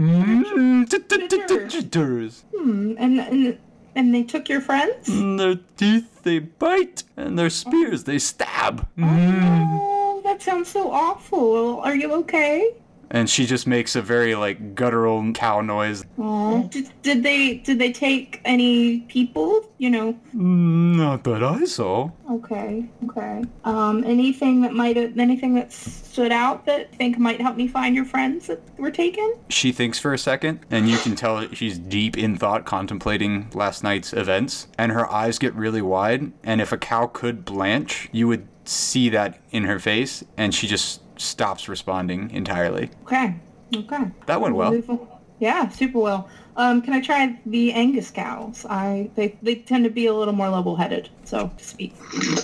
Speaker 1: Mm, t- t- t- t-
Speaker 3: Chitterers.
Speaker 1: Chitterers.
Speaker 3: Hmm. And, and and they took your friends.
Speaker 1: And Their teeth they bite, and their spears they stab. Mm.
Speaker 3: Oh, that's sounds so awful. Are you okay?
Speaker 1: And she just makes a very like guttural cow noise.
Speaker 3: Aw. Did, did they did they take any people? You know.
Speaker 1: Not that I saw.
Speaker 3: Okay. Okay. Um. Anything that might have anything that stood out that you think might help me find your friends that were taken?
Speaker 1: She thinks for a second, and you can tell that she's deep in thought contemplating last night's events, and her eyes get really wide. And if a cow could blanch, you would see that in her face, and she just stops responding entirely.
Speaker 3: Okay. Okay.
Speaker 1: That went well.
Speaker 3: Move on. Yeah, super well. Um, can I try the Angus cows? I they, they tend to be a little more level-headed, so to speak.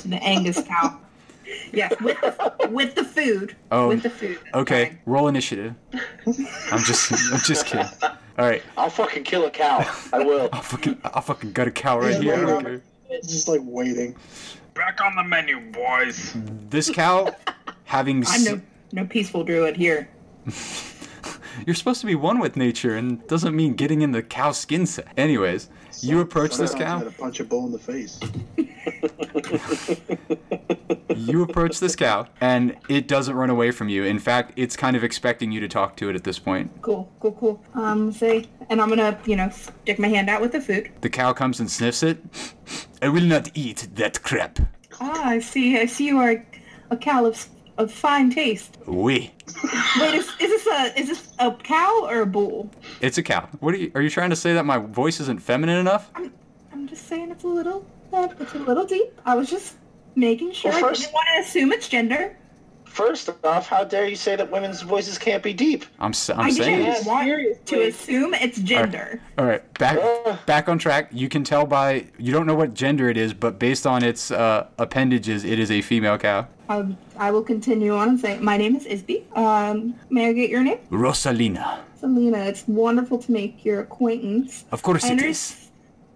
Speaker 3: The Angus cow. Yes, with the, with the food.
Speaker 1: Oh,
Speaker 3: with the food.
Speaker 1: Okay, roll initiative. I'm just, I'm just kidding. All right,
Speaker 2: I'll fucking kill a cow. I will.
Speaker 1: I'll fucking, I'll fucking gut a cow right
Speaker 8: Yeah,
Speaker 1: here. I
Speaker 8: roll
Speaker 1: don't care.
Speaker 8: it. It's just like waiting.
Speaker 5: Back on the menu, boys.
Speaker 1: This cow, having,
Speaker 3: I'm
Speaker 1: s-
Speaker 3: no no peaceful druid here.
Speaker 1: you're supposed to be one with nature, and doesn't mean getting in the cow skin set. Anyways, you approach this
Speaker 8: Sometimes you
Speaker 1: cow.
Speaker 8: gotta punch a bull in the face.
Speaker 1: You approach this cow, and it doesn't run away from you. In fact, it's kind of expecting you to talk to it at this point.
Speaker 3: Cool, cool, cool. Um, say, and I'm gonna, you know, stick my hand out with the food.
Speaker 1: The cow comes and sniffs it. I will not eat that crap.
Speaker 3: Ah, I see. I see you are a cow of, of fine taste.
Speaker 1: We.
Speaker 3: Wait, is, is this a is this a cow or a bull?
Speaker 1: It's a cow. What are you? Are you trying to say that my voice isn't feminine enough?
Speaker 3: I'm I'm just saying it's a little uh, it's a little deep. I was just making sure.
Speaker 2: Well,
Speaker 3: I
Speaker 2: first-
Speaker 3: didn't want to assume it's gender.
Speaker 2: First off, how dare you say that women's voices can't be deep?
Speaker 1: I'm. s- I'm
Speaker 3: I
Speaker 1: saying.
Speaker 3: didn't want to
Speaker 4: Seriously.
Speaker 3: assume it's gender.
Speaker 1: All right, back
Speaker 2: Uh.
Speaker 1: back on track. You can tell by you don't know what gender it is, but based on its uh, appendages, it is a female cow.
Speaker 3: Um, I will continue on and say, my name is Isby. Um, may I get your name?
Speaker 1: Rosalina.
Speaker 3: Selena, it's wonderful to make your acquaintance.
Speaker 1: Of course
Speaker 3: I,
Speaker 1: it
Speaker 3: under-
Speaker 1: is.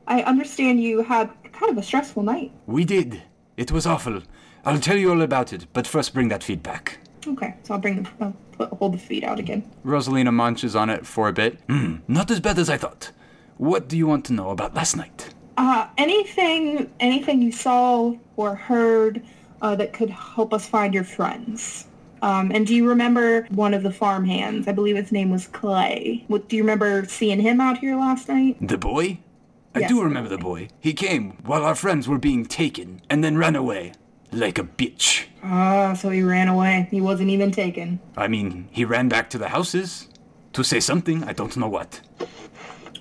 Speaker 3: I understand you had kind of a stressful night.
Speaker 1: We did. It was awful. I'll tell you all about it, but first bring that feedback.
Speaker 3: Okay, so I'll bring I'll put, hold the feet out again.
Speaker 1: Rosalina munches on it for a bit. Hmm, not as bad as I thought. What do you want to know about last night?
Speaker 3: Uh, anything, anything you saw or heard uh, that could help us find your friends. Um, and do you remember one of the farmhands? I believe his name was Clay. What, do you remember seeing him out here last night?
Speaker 1: The boy? I
Speaker 3: Yes,
Speaker 1: do
Speaker 3: the
Speaker 1: remember the boy. He came while our friends were being taken and then ran away. Like a bitch.
Speaker 3: Ah, so he ran away. He wasn't even taken.
Speaker 1: I mean, he ran back to the houses to say something, I don't know what.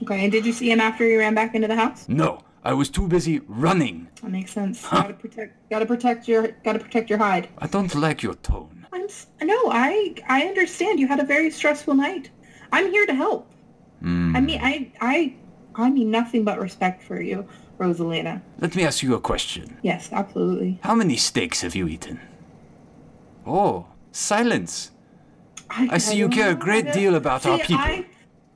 Speaker 3: Okay, and did you see him after he ran back into the house?
Speaker 1: No, I was too busy running.
Speaker 3: That makes sense. Gotta protect, gotta protect your, gotta protect your hide.
Speaker 1: I don't like your tone.
Speaker 3: I'm s- no, I I understand. You had a very stressful night. I'm here to help. I
Speaker 1: Mm-hmm.
Speaker 3: mean, I I I mean nothing but respect for you, Rosalina.
Speaker 1: Let me ask you a question.
Speaker 3: Yes, absolutely.
Speaker 1: How many steaks have you eaten? Oh, silence. I see you care a great deal about our people.
Speaker 3: I,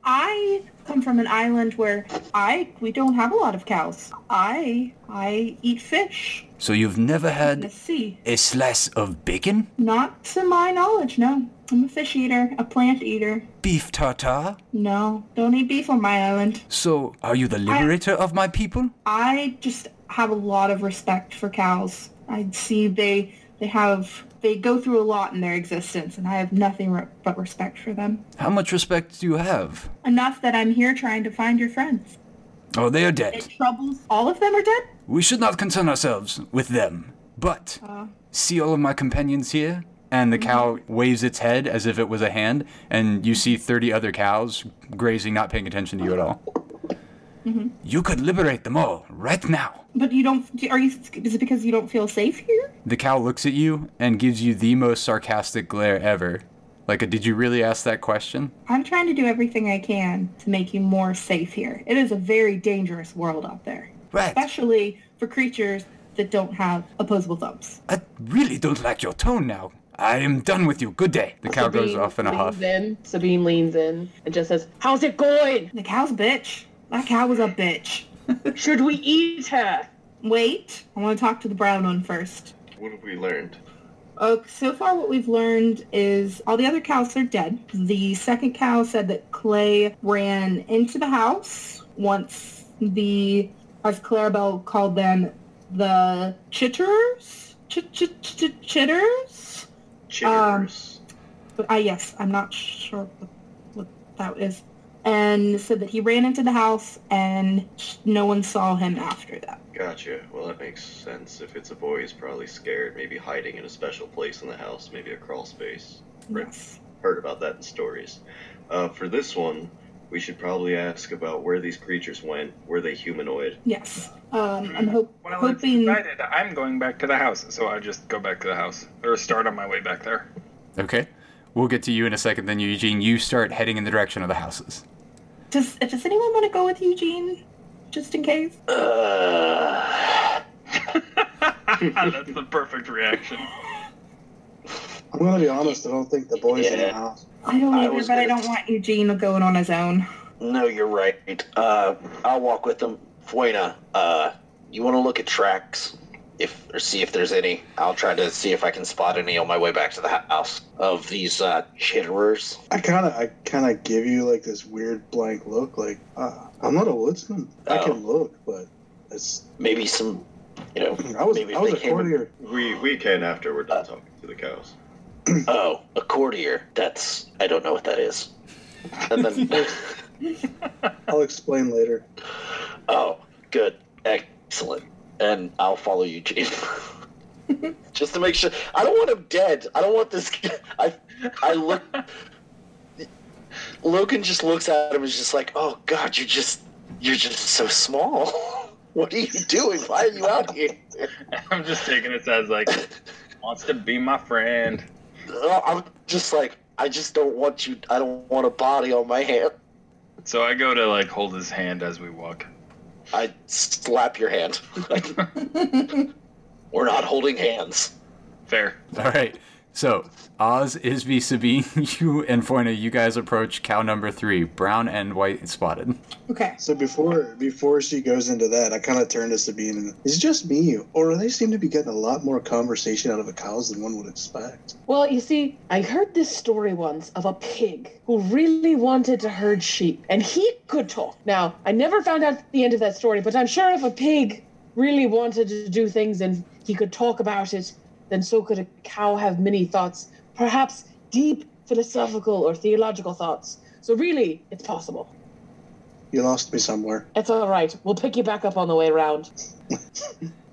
Speaker 3: I come from an island where I we don't have a lot of cows. I I eat fish
Speaker 1: So you've never
Speaker 3: in the
Speaker 1: had
Speaker 3: sea.
Speaker 1: a slice of bacon?
Speaker 3: Not to my knowledge, no. I'm a fish eater, a plant eater.
Speaker 1: Beef tartare?
Speaker 3: No, don't eat beef on my island.
Speaker 1: So are you the liberator of my people?
Speaker 3: I just have a lot of respect for cows. I see they they have they go through a lot in their existence, and I have nothing re- but respect for them.
Speaker 1: How much respect do you have?
Speaker 3: Enough that I'm here trying to find your friends.
Speaker 1: Oh, they are
Speaker 3: It
Speaker 1: dead.
Speaker 3: troubles all of them are dead.
Speaker 1: We should not concern ourselves with them. But
Speaker 3: Uh,
Speaker 1: see all of my companions here? And the cow waves its head as if it was a hand, and you see 30 other cows grazing, not paying attention to you at all. You could liberate them all right now.
Speaker 3: mm-hmm. But you don't. Are you? Is it because you don't feel safe here?
Speaker 1: The cow looks at you and gives you the most sarcastic glare ever. Like, a, did you really ask that question?
Speaker 3: I'm trying to do everything I can to make you more safe here. It is a very dangerous world out there,
Speaker 1: Right.
Speaker 3: especially for creatures that don't have opposable thumbs.
Speaker 1: I really don't like your tone now. I am done with you. Good day. The cow goes off in a
Speaker 4: leans
Speaker 1: huff.
Speaker 4: In. Sabine leans in and just says, "How's it going?
Speaker 3: The cow's a bitch. That cow was a bitch.
Speaker 4: Should we eat her?"
Speaker 3: Wait, I want to talk to the brown one first.
Speaker 7: What have we learned?
Speaker 3: Oh, so far what we've learned is all the other cows are dead. The second cow said that Clay ran into the house once the, as Clarabelle called them, the chitters, Ch- ch- ch- chitters
Speaker 2: Chiggers.
Speaker 3: But I yes, I'm not sure what, what that is. And said that he ran into the house and no one saw him after that.
Speaker 7: Gotcha. Well, that makes sense. If it's a boy, he's probably scared, maybe hiding in a special place in the house, maybe a crawl space. Right.
Speaker 3: Yes.
Speaker 7: Heard about that in stories. Uh, for this one, we should probably ask about where these creatures went. Were they humanoid?
Speaker 3: Yes. Um, I'm hope,
Speaker 5: Well, it's
Speaker 3: hoping.
Speaker 5: decided I'm going back to the house, so I just go back to the house or start on my way back there.
Speaker 1: Okay. We'll get to you in a second. Then Eugene, you start heading in the direction of the houses.
Speaker 3: Does Does anyone want to go with Eugene, just in case?
Speaker 2: Uh,
Speaker 5: That's the perfect reaction.
Speaker 8: I'm gonna be honest. I don't think the boys in the
Speaker 2: Yeah.
Speaker 8: house.
Speaker 3: I don't
Speaker 2: I
Speaker 3: either,
Speaker 2: was
Speaker 3: but I
Speaker 2: gonna-
Speaker 3: don't want Eugene going on his own.
Speaker 2: no, you're right. Uh, I'll walk with them. Fuena, uh, you want to look at tracks, if or see if there's any. I'll try to see if I can spot any on my way back to the house of these uh, chitterers.
Speaker 8: I kind of, I kind of give you like this weird blank look. Like uh, I'm not a woodsman. I
Speaker 2: Oh.
Speaker 8: can look, but it's.
Speaker 2: Maybe some, you know.
Speaker 8: I was,
Speaker 2: maybe
Speaker 8: I was
Speaker 2: they
Speaker 8: a
Speaker 2: came-
Speaker 8: courtier.
Speaker 7: We we can after we're done talking to the cows.
Speaker 2: Oh, a courtier. That's I don't know what that is. And then
Speaker 8: I'll explain later.
Speaker 2: oh, good, excellent. And I'll follow you, Chief. Just to make sure, I don't want him dead. I don't want this. g- I I look. Logan just looks at him and is just like, "Oh God, you're just you're just so small. What are you doing? Why are you out here?
Speaker 5: I'm just taking this as like wants to be my friend.
Speaker 2: Oh, I'm just like, I just don't want you. I don't want a body on my hand.
Speaker 5: So I go to like hold his hand as we walk.
Speaker 2: I slap your hand. We're not holding hands.
Speaker 5: Fair.
Speaker 1: All right. So Oz, Isby, Sabine, you and Forna, you guys approach cow number three, brown and white spotted.
Speaker 3: Okay.
Speaker 8: So before before she goes into that, I kind of turn to Sabine and it's just me, or they seem to be getting a lot more conversation out of the cows than one would expect.
Speaker 4: Well, you see, I heard this story once of a pig who really wanted to herd sheep, and he could talk. Now, I never found out the end of that story, but I'm sure if a pig really wanted to do things and he could talk about it, then so could a cow have many thoughts, perhaps deep philosophical or theological thoughts. So, really, it's possible.
Speaker 8: You lost me somewhere.
Speaker 4: It's all right. We'll pick you back up on the way around.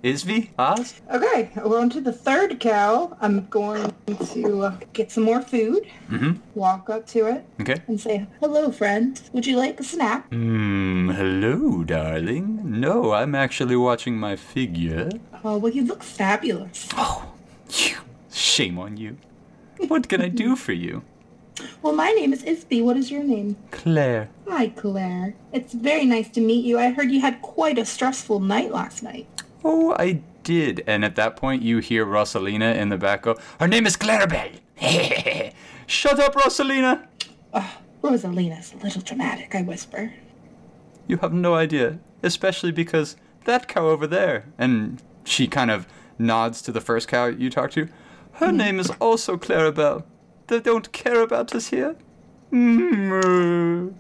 Speaker 1: Isby, Oz,
Speaker 3: Okay. Well, on to the third cow. I'm going to uh, get some more food.
Speaker 1: Mhm.
Speaker 3: Walk up to it
Speaker 1: okay.
Speaker 3: and say, "Hello, friend. Would you like a snack?"
Speaker 1: Hmm. Hello, darling. No, I'm actually watching my figure.
Speaker 3: Oh, well, you look fabulous.
Speaker 1: Oh, you. Shame on you. What can I do for you,
Speaker 3: Well, my name is Isby. What is your name?
Speaker 1: Claire?
Speaker 3: Hi, Claire. It's very nice to meet you. I heard you had quite a stressful night last night.
Speaker 1: Oh, I did. And at that point, you hear Rosalina in the back go, Her name is Clarabelle. Shut up, Rosalina.
Speaker 3: Rosalina's a little dramatic, I whisper.
Speaker 1: You have no idea. Especially because that cow over there. And she kind of nods to the first cow you talked to. Her name is also Clarabelle. They don't care about us here. Mm.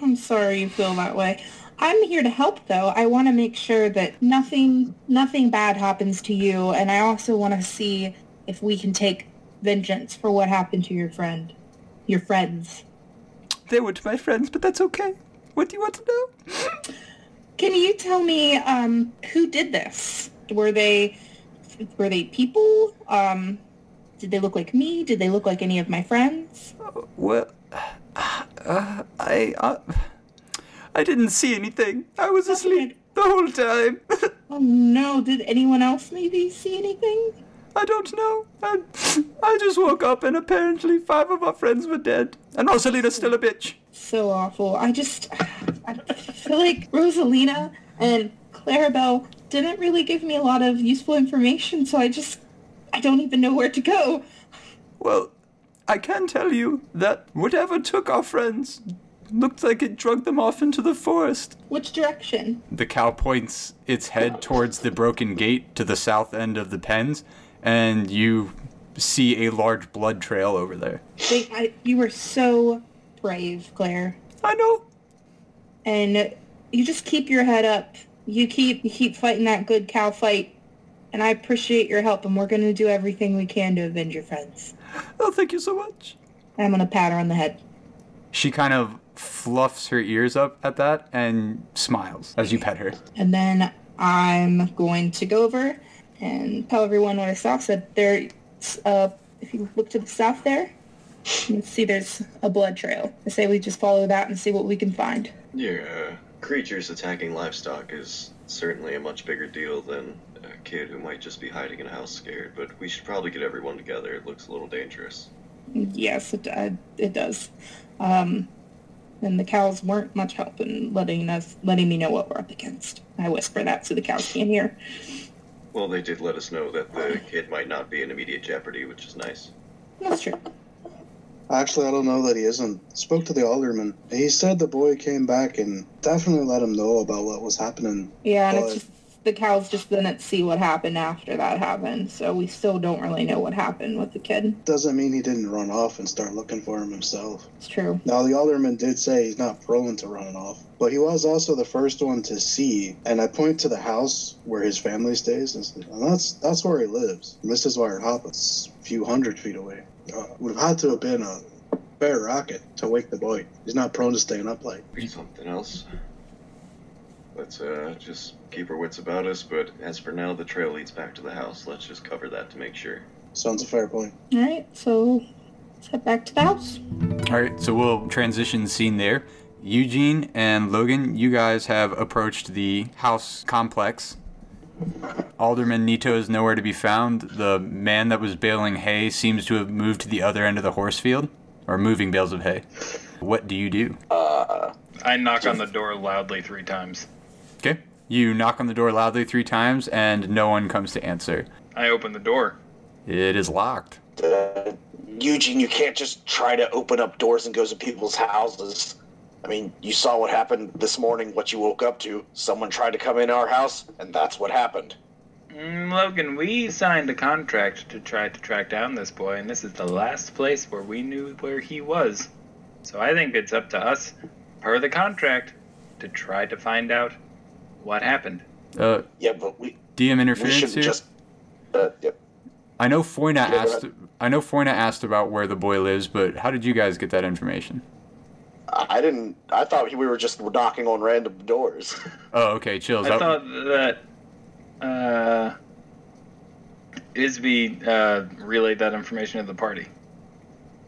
Speaker 3: I'm sorry you feel that way. I'm here to help though. I want to make sure that nothing nothing bad happens to you and I also want to see if we can take vengeance for what happened to your friend. Your friends.
Speaker 1: They weren't my friends, but that's okay. What do you want to know?
Speaker 3: Can you tell me um who did this? Were they were they people? Um did they look like me? Did they look like any of my friends?
Speaker 1: Well, uh, I, uh, I didn't see anything. I was asleep the whole time.
Speaker 3: Oh no, did anyone else maybe see anything?
Speaker 1: I don't know. I, I just woke up and apparently five of our friends were dead. And Rosalina's still a bitch.
Speaker 3: so awful. I just I feel like Rosalina and Clarabelle didn't really give me a lot of useful information, so I just I don't even know where to go.
Speaker 1: Well, I can tell you that whatever took our friends looked like it dragged them off into the forest.
Speaker 3: Which direction?
Speaker 1: The cow points its head towards the broken gate to the south end of the pens, and you see a large blood trail over there.
Speaker 3: They, I, you were so brave, Claire,
Speaker 1: I know.
Speaker 3: and you just keep your head up. You keep you keep fighting that good cow fight, and I appreciate your help, and we're going to do everything we can to avenge your friends.
Speaker 1: Oh, thank you so much.
Speaker 3: And I'm going to pat her on the head.
Speaker 1: She kind of fluffs her ears up at that and smiles as you pet her.
Speaker 3: And then I'm going to go over and tell everyone what I saw. So there's, uh, if you look to the south there, you can see there's a blood trail. I say we just follow that and see what we can find.
Speaker 7: Yeah, creatures attacking livestock is certainly a much bigger deal than a kid who might just be hiding in a house scared, but we should probably get everyone together. It looks a little dangerous.
Speaker 3: Yes, it, uh, it does. Um, and the cows weren't much help in letting us, letting me know what we're up against. I whisper that so the cows can't hear.
Speaker 7: Well, they did let us know that the kid might not be in immediate jeopardy, which is nice.
Speaker 3: That's true.
Speaker 8: Actually, I don't know that he isn't. Spoke to the alderman. He said the boy came back and definitely let him know about what was happening.
Speaker 3: Yeah, and
Speaker 8: But-
Speaker 3: it's just the cows just didn't see what happened after that happened, so we still don't really know what happened with the kid.
Speaker 8: Doesn't mean he didn't run off and start looking for him himself.
Speaker 3: It's true.
Speaker 8: Now, the alderman did say he's not prone to running off, but he was also the first one to see. And I point to the house where his family stays, and, said, "And that's that's where he lives. Mrs. Wirehop, a few hundred feet away. Uh, would have had to have been a fair rocket to wake the boy. He's not prone to staying up late.
Speaker 7: Something else. Let's uh, just keep our wits about us, but as for now, the trail leads back to the house. Let's just cover that to make sure.
Speaker 8: Sounds a fair point.
Speaker 3: All right, so let's head back to the house.
Speaker 1: All right, so we'll transition scene there. Eugene and Logan, you guys have approached the house complex. Alderman Nito is nowhere to be found. The man that was baling hay seems to have moved to the other end of the horse field, or moving bales of hay. What do you do?
Speaker 5: I knock on the door loudly three times.
Speaker 1: Okay. You knock on the door loudly three times, and no one comes to answer.
Speaker 5: I open the door.
Speaker 1: It is locked.
Speaker 2: Uh, Eugene, you can't just try to open up doors and go to people's houses. I mean, you saw what happened this morning, what you woke up to. Someone tried to come in our house, and that's what happened.
Speaker 5: Mm, Logan, we signed a contract to try to track down this boy, and this is the last place where we knew where he was. So I think it's up to us, per the contract, to try to find out what happened.
Speaker 1: Uh,
Speaker 2: Yeah, but we,
Speaker 1: DM
Speaker 2: we
Speaker 1: interference
Speaker 2: shouldn't
Speaker 1: here.
Speaker 2: just. Uh, yeah.
Speaker 1: I know Foyna
Speaker 2: go
Speaker 1: asked. I know Foyna asked about where the boy lives, but how did you guys get that information?
Speaker 2: I I didn't. I thought we were just knocking on random doors.
Speaker 1: Oh, okay. Chills.
Speaker 5: I
Speaker 1: I-
Speaker 5: thought that uh, Isby uh, relayed that information to the party.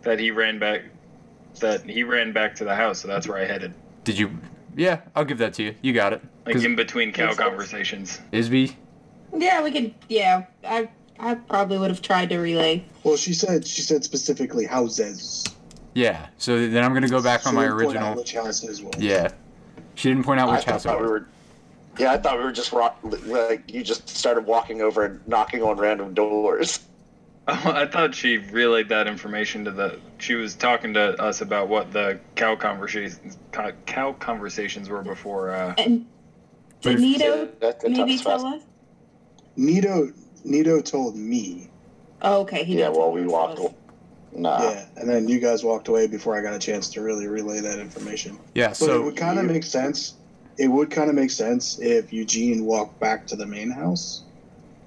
Speaker 5: That he ran back. That he ran back to the house, so that's where I headed.
Speaker 1: did you? Yeah, I'll give that to you. You got it.
Speaker 5: Like
Speaker 1: 'Cause
Speaker 5: in between cow
Speaker 3: Makes sense.
Speaker 5: conversations.
Speaker 1: Isby.
Speaker 3: Yeah, we could. Yeah, I I probably would have tried to relay.
Speaker 8: Well, she said she said specifically houses.
Speaker 1: Yeah. So then I'm gonna go back on
Speaker 8: She
Speaker 1: my
Speaker 8: didn't point
Speaker 1: original.
Speaker 8: out Which houses was.
Speaker 1: Yeah. She didn't point out
Speaker 2: I
Speaker 1: which house it
Speaker 2: thought we
Speaker 1: was.
Speaker 2: were. Yeah, I thought we were just rock, like you just started walking over and knocking on random doors.
Speaker 5: Oh, I thought she relayed that information to the. She was talking to us about what the cow conversations co- cow conversations were before. Uh,
Speaker 3: And did
Speaker 1: But if-
Speaker 2: Yeah,
Speaker 3: Nito
Speaker 2: that- that
Speaker 3: maybe
Speaker 2: sounds fast.
Speaker 3: tell us?
Speaker 8: Nito Nito told me.
Speaker 3: Oh, okay, he
Speaker 2: Yeah,
Speaker 3: did
Speaker 2: well,
Speaker 3: tell
Speaker 2: we
Speaker 3: us.
Speaker 2: walked. o- Nah.
Speaker 8: yeah, and then you guys walked away before I got a chance to really relay that information.
Speaker 1: Yeah.
Speaker 8: But it
Speaker 1: So
Speaker 8: would kind of make sense. It would kind of make sense if Eugene walked back to the main house.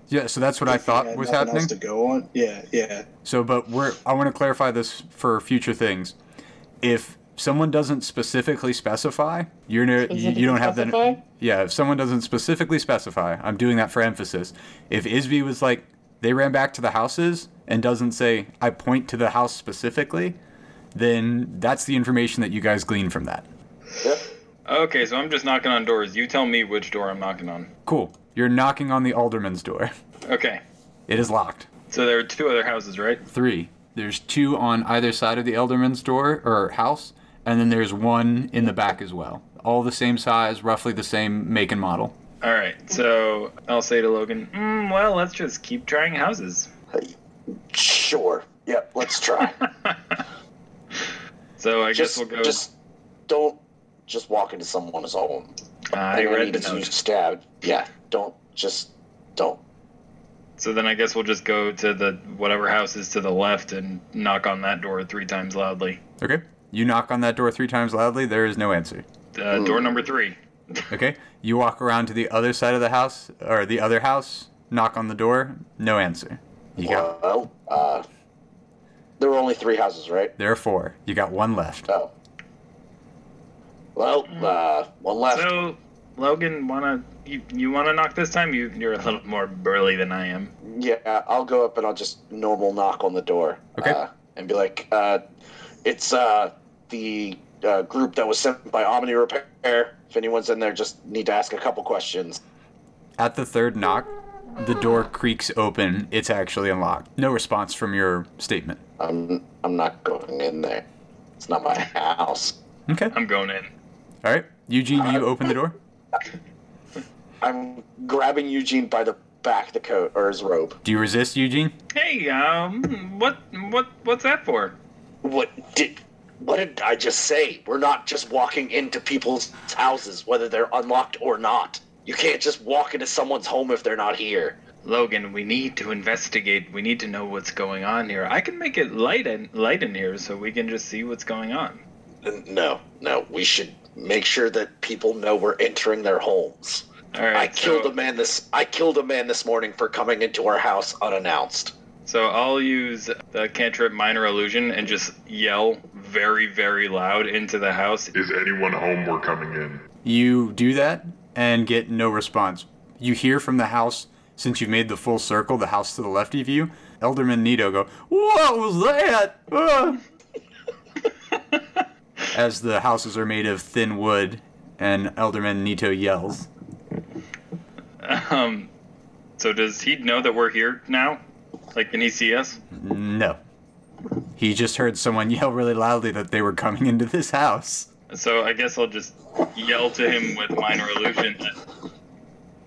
Speaker 1: yeah. So that's what I
Speaker 8: If he
Speaker 1: thought
Speaker 8: had
Speaker 1: was
Speaker 8: nothing
Speaker 1: happening.
Speaker 8: Else to go on. Yeah, yeah.
Speaker 1: So, but we're I want to clarify this for future things. If someone doesn't specifically specify, you're ne- you, you don't have
Speaker 4: Specifically
Speaker 1: that. Yeah, if someone doesn't specifically specify, I'm doing that for emphasis. If Isby was like they ran back to the houses and doesn't say I point to the house specifically, then that's the information that you guys glean from that.
Speaker 5: okay, so I'm just knocking on doors. You tell me which door I'm knocking on.
Speaker 1: Cool. You're knocking on the alderman's door.
Speaker 5: Okay,
Speaker 1: It is locked.
Speaker 5: so there are two other houses, right?
Speaker 1: Three. There's two on either side of the alderman's door or house, and then there's one in the back as well. All the same size, roughly the same make and model.
Speaker 5: All right, so I'll say to Logan, mm, well, let's just keep trying houses.
Speaker 2: Sure. Yep. Let's try.
Speaker 5: So I
Speaker 2: just,
Speaker 5: guess we'll go.
Speaker 2: just don't just walk into someone's home.
Speaker 5: I
Speaker 2: Anyone
Speaker 5: read the
Speaker 2: needs to
Speaker 5: note.
Speaker 2: get stabbed. Yeah. Don't just don't.
Speaker 5: So then I guess we'll just go to the whatever house is to the left and knock on that door three times loudly.
Speaker 1: Okay. You knock on that door three times loudly, there is no answer.
Speaker 2: Hmm.
Speaker 5: Uh, Door number three.
Speaker 1: Okay. You walk around to the other side of the house, or the other house, Knock on the door, no answer. You got
Speaker 2: Well, uh, there were only three houses, right?
Speaker 1: there are four. You got one left.
Speaker 2: Oh. Well, uh, one left.
Speaker 5: So, Logan, wanna you, you wanna knock this time? You you're a little more burly than I am.
Speaker 2: Yeah, I'll go up and I'll just normal knock on the door.
Speaker 1: Okay.
Speaker 2: Uh, and be like, uh, it's uh, the uh, group that was sent by Omni Repair. If anyone's in there, just need to ask a couple questions.
Speaker 1: At the third knock, the door creaks open. It's actually unlocked. No response from your statement.
Speaker 2: I'm I'm not going in there. It's not my house.
Speaker 1: Okay.
Speaker 5: I'm going in.
Speaker 1: All right. Eugene, you open the door.
Speaker 2: I'm grabbing Eugene by the back of the coat or his robe.
Speaker 1: Do you resist, Eugene?
Speaker 5: Hey, um, what what what's that for?
Speaker 2: What did what did I just say? We're not just walking into people's houses, whether they're unlocked or not. You can't just walk into someone's home if they're not here.
Speaker 5: Logan, we need to investigate. We need to know what's going on here. I can make it light in light in here so we can just see what's going on.
Speaker 2: No, no. We should make sure that people know we're entering their homes.
Speaker 5: All right.
Speaker 2: I killed
Speaker 5: so,
Speaker 2: a man this I killed a man this morning for coming into our house unannounced.
Speaker 5: So I'll use the cantrip minor illusion and just yell very very loud into the house.
Speaker 9: Is anyone home? We're coming in.
Speaker 1: You do that and get no response. You hear from the house, since you've made the full circle, the house to the left of you, Elderman Nito go, What was that? Ah." As the houses are made of thin wood, and Elderman Nito yells.
Speaker 5: Um, so does he know that we're here now? Like, can he see us?
Speaker 1: No. He just heard someone yell really loudly that they were coming into this house.
Speaker 5: So I guess I'll just yell to him with minor illusion. that-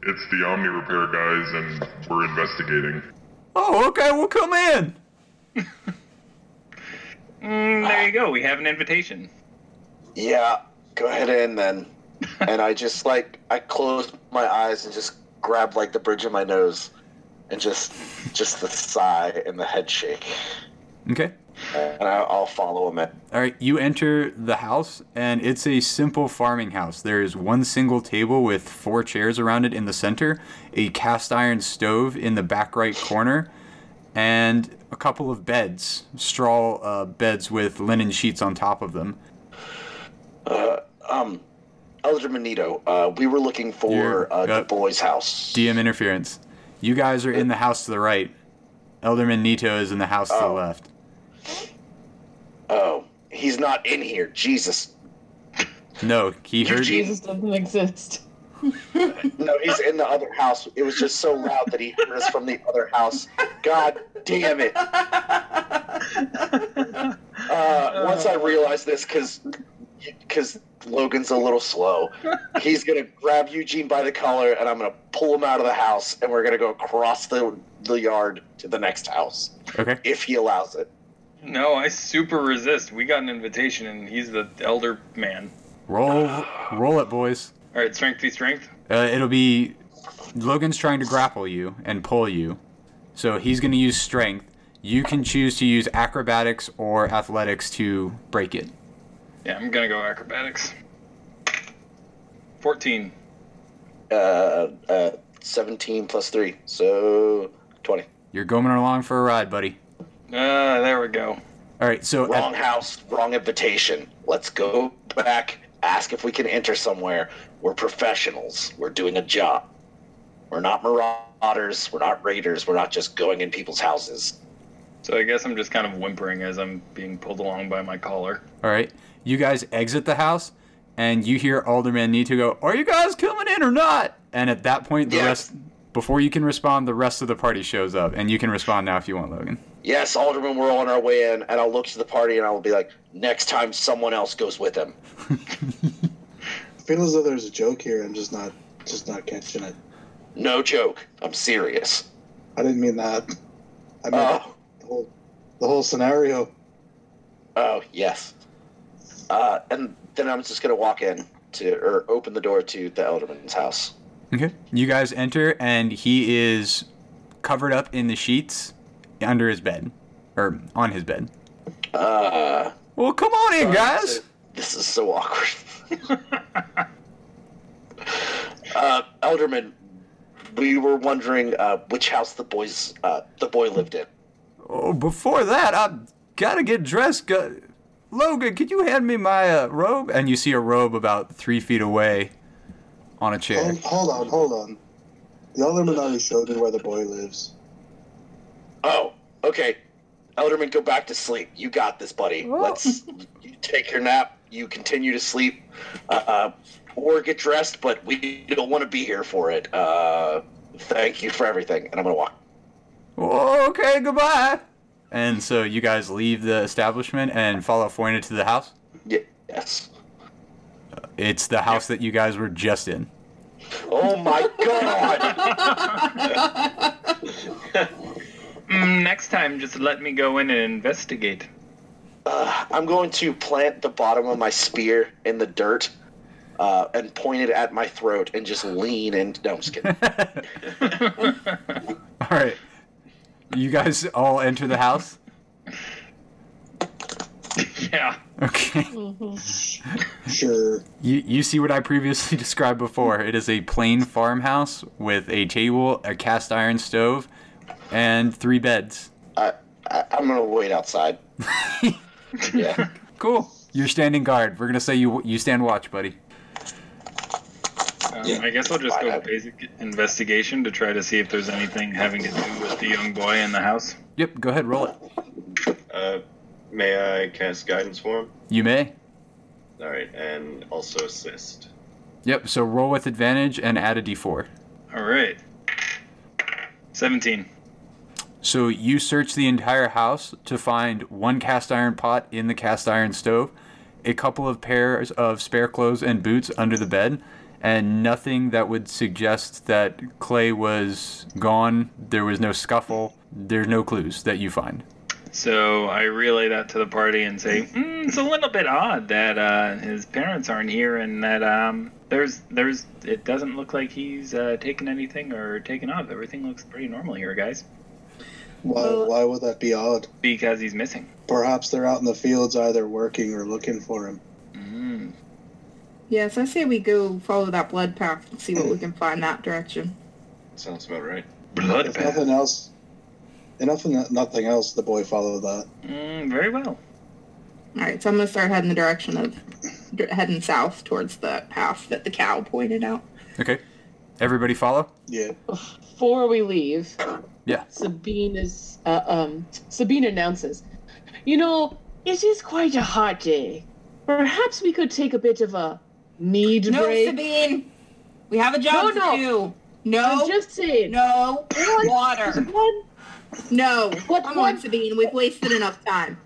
Speaker 9: It's the Omni Repair guys, and we're investigating.
Speaker 1: Oh, okay, we'll come in.
Speaker 5: Mm, there you go. We have an invitation.
Speaker 2: Yeah, go ahead in then. and I just like I closed my eyes and just grabbed like the bridge of my nose and just just the sigh and the head shake.
Speaker 1: Okay.
Speaker 2: And I, I'll follow him in.
Speaker 1: All right, you enter the house, and it's a simple farming house. There is one single table with four chairs around it in the center, a cast iron stove in the back right corner, and a couple of beds, straw uh, beds with linen sheets on top of them.
Speaker 2: Um Elder Manito, uh, we were looking for
Speaker 1: You're-
Speaker 2: uh,
Speaker 1: uh,
Speaker 2: the boy's house.
Speaker 1: DM interference. You guys are in the house to the right. Elderman Nito is in the house to the
Speaker 2: Oh.
Speaker 1: left.
Speaker 2: oh, he's not in here. Jesus.
Speaker 1: No, he heard you.
Speaker 4: Jesus doesn't exist.
Speaker 2: No, he's in the other house. It was just so loud that he heard us from the other house. God damn it. Uh, once I realized this, because because Logan's a little slow, he's gonna grab Eugene by the collar and I'm gonna pull him out of the house and we're gonna go across the the yard to the next house
Speaker 1: Okay.
Speaker 2: if he allows it.
Speaker 5: No, I super resist. We got an invitation, and he's the elder man.
Speaker 1: Roll, roll it, boys.
Speaker 5: All right, strength v strength.
Speaker 1: Uh, it'll be Logan's trying to grapple you and pull you, so he's going to use strength. You can choose to use acrobatics or athletics to break it.
Speaker 5: Yeah, I'm gonna go acrobatics. Fourteen.
Speaker 2: Uh, uh, 17 plus three, so 20.
Speaker 1: You're going along for a ride, buddy.
Speaker 5: Ah, there we go.
Speaker 1: All right, so
Speaker 2: Wrong
Speaker 1: at,
Speaker 2: house, wrong invitation. Let's go back, ask if we can enter somewhere. We're professionals. We're doing a job. We're not marauders. We're not raiders. We're not just going in people's houses.
Speaker 5: So I guess I'm just kind of whimpering as I'm being pulled along by my collar.
Speaker 1: all right, you guys exit the house, and you hear Alderman need to go. Are you guys coming in or not? And at that point, the
Speaker 2: Yes.
Speaker 1: rest before you can respond, the rest of the party shows up, and you can respond now if you want, Logan.
Speaker 2: Yes, Alderman, we're on our way in, and I'll look to the party and I'll be like, next time someone else goes with him.
Speaker 8: I feel as though there's a joke here. I'm just not just not catching it.
Speaker 2: No joke. I'm serious.
Speaker 8: I didn't mean that. I mean
Speaker 2: Oh.
Speaker 8: the whole the whole scenario.
Speaker 2: Oh yes. Uh, and then I'm just gonna walk in to or open the door to the Elderman's house.
Speaker 1: Okay. You guys enter, and he is covered up in the sheets under his bed, or on his bed.
Speaker 2: Uh,
Speaker 1: Well, come on in, guys.
Speaker 2: This is so awkward. uh, Elderman, we were wondering uh, which house the boys uh, the boy lived in.
Speaker 1: Oh, before that, I gotta get dressed. Go- Logan, could you hand me my uh, robe? And you see a robe about three feet away on a chair.
Speaker 8: Hold, hold on, hold on. The Illuminati showed me where the boy lives.
Speaker 2: Oh, okay. Elderman, go back to sleep. You got this, buddy.
Speaker 1: Oh.
Speaker 2: Let's you take your nap. You continue to sleep, uh, uh, or get dressed. But we don't want to be here for it. Uh, thank you for everything, and I'm gonna walk.
Speaker 1: "Oh, okay, goodbye. And so you guys leave the establishment and follow Foyna to the house. Uh,
Speaker 2: Ye- Yes.
Speaker 1: It's the house that you guys were just in.
Speaker 2: Oh my god!
Speaker 5: Mm, next time, just let me go in and investigate.
Speaker 2: Uh, I'm going to plant the bottom of my spear in the dirt. Uh, and point it at my throat and just lean and no, I'm just kidding.
Speaker 1: All right. You guys all enter the house.
Speaker 5: Yeah.
Speaker 1: Okay.
Speaker 8: Sure.
Speaker 1: You, you see what I previously described before. It is a plain farmhouse with a table, a cast iron stove, and three beds.
Speaker 2: I, I, I'm gonna wait outside. yeah.
Speaker 1: Cool. You're standing guard. We're gonna say you you stand watch, buddy.
Speaker 5: Um, I guess I'll just
Speaker 2: Fine,
Speaker 5: go
Speaker 2: I-
Speaker 5: basic investigation to try to see if there's anything having to do with the young boy in the house.
Speaker 1: Yep. Go ahead. Roll it.
Speaker 7: Uh, may I cast guidance for him?
Speaker 1: You may.
Speaker 7: All right, and also assist.
Speaker 1: Yep. So roll with advantage and add a d4.
Speaker 5: All right. 17.
Speaker 1: So you search the entire house to find one cast iron pot in the cast iron stove, a couple of pairs of spare clothes and boots under the bed, and nothing that would suggest that Clay was gone. There was no scuffle. There's no clues that you find.
Speaker 5: So I relay that to the party and say, mm, it's a little bit odd that uh, his parents aren't here and that um, there's there's it doesn't look like he's uh, taken anything or taken off. Everything looks pretty normal here, guys.
Speaker 8: Why,
Speaker 4: Well-
Speaker 8: why would that be odd?
Speaker 5: Because he's missing.
Speaker 8: Perhaps they're out in the fields either working or looking for him.
Speaker 5: Mm.
Speaker 3: Yes, Mm-hmm. I say we go follow that blood path and see what we can find that direction.
Speaker 7: Sounds about right.
Speaker 5: Blood
Speaker 8: If nothing else, enough and nothing else, the boy followed that.
Speaker 5: Mm, very well.
Speaker 3: All right, so I'm gonna start heading the direction of dr- heading south towards the path that the cow pointed out.
Speaker 1: Okay. Everybody follow?
Speaker 8: Yeah.
Speaker 4: Before we leave,
Speaker 1: Yeah.
Speaker 4: Sabine is uh, um Sabine announces, you know, it is quite a hot day. Perhaps we could take a bit of a mead
Speaker 3: No,
Speaker 4: break.
Speaker 3: Sabine, we have a job
Speaker 4: No, no.
Speaker 3: to do.
Speaker 4: I'm
Speaker 3: No,
Speaker 4: just saying.
Speaker 3: no water.
Speaker 4: One,
Speaker 3: No,
Speaker 4: What-
Speaker 3: come
Speaker 4: what-
Speaker 3: on, Sabine. We've wasted enough time.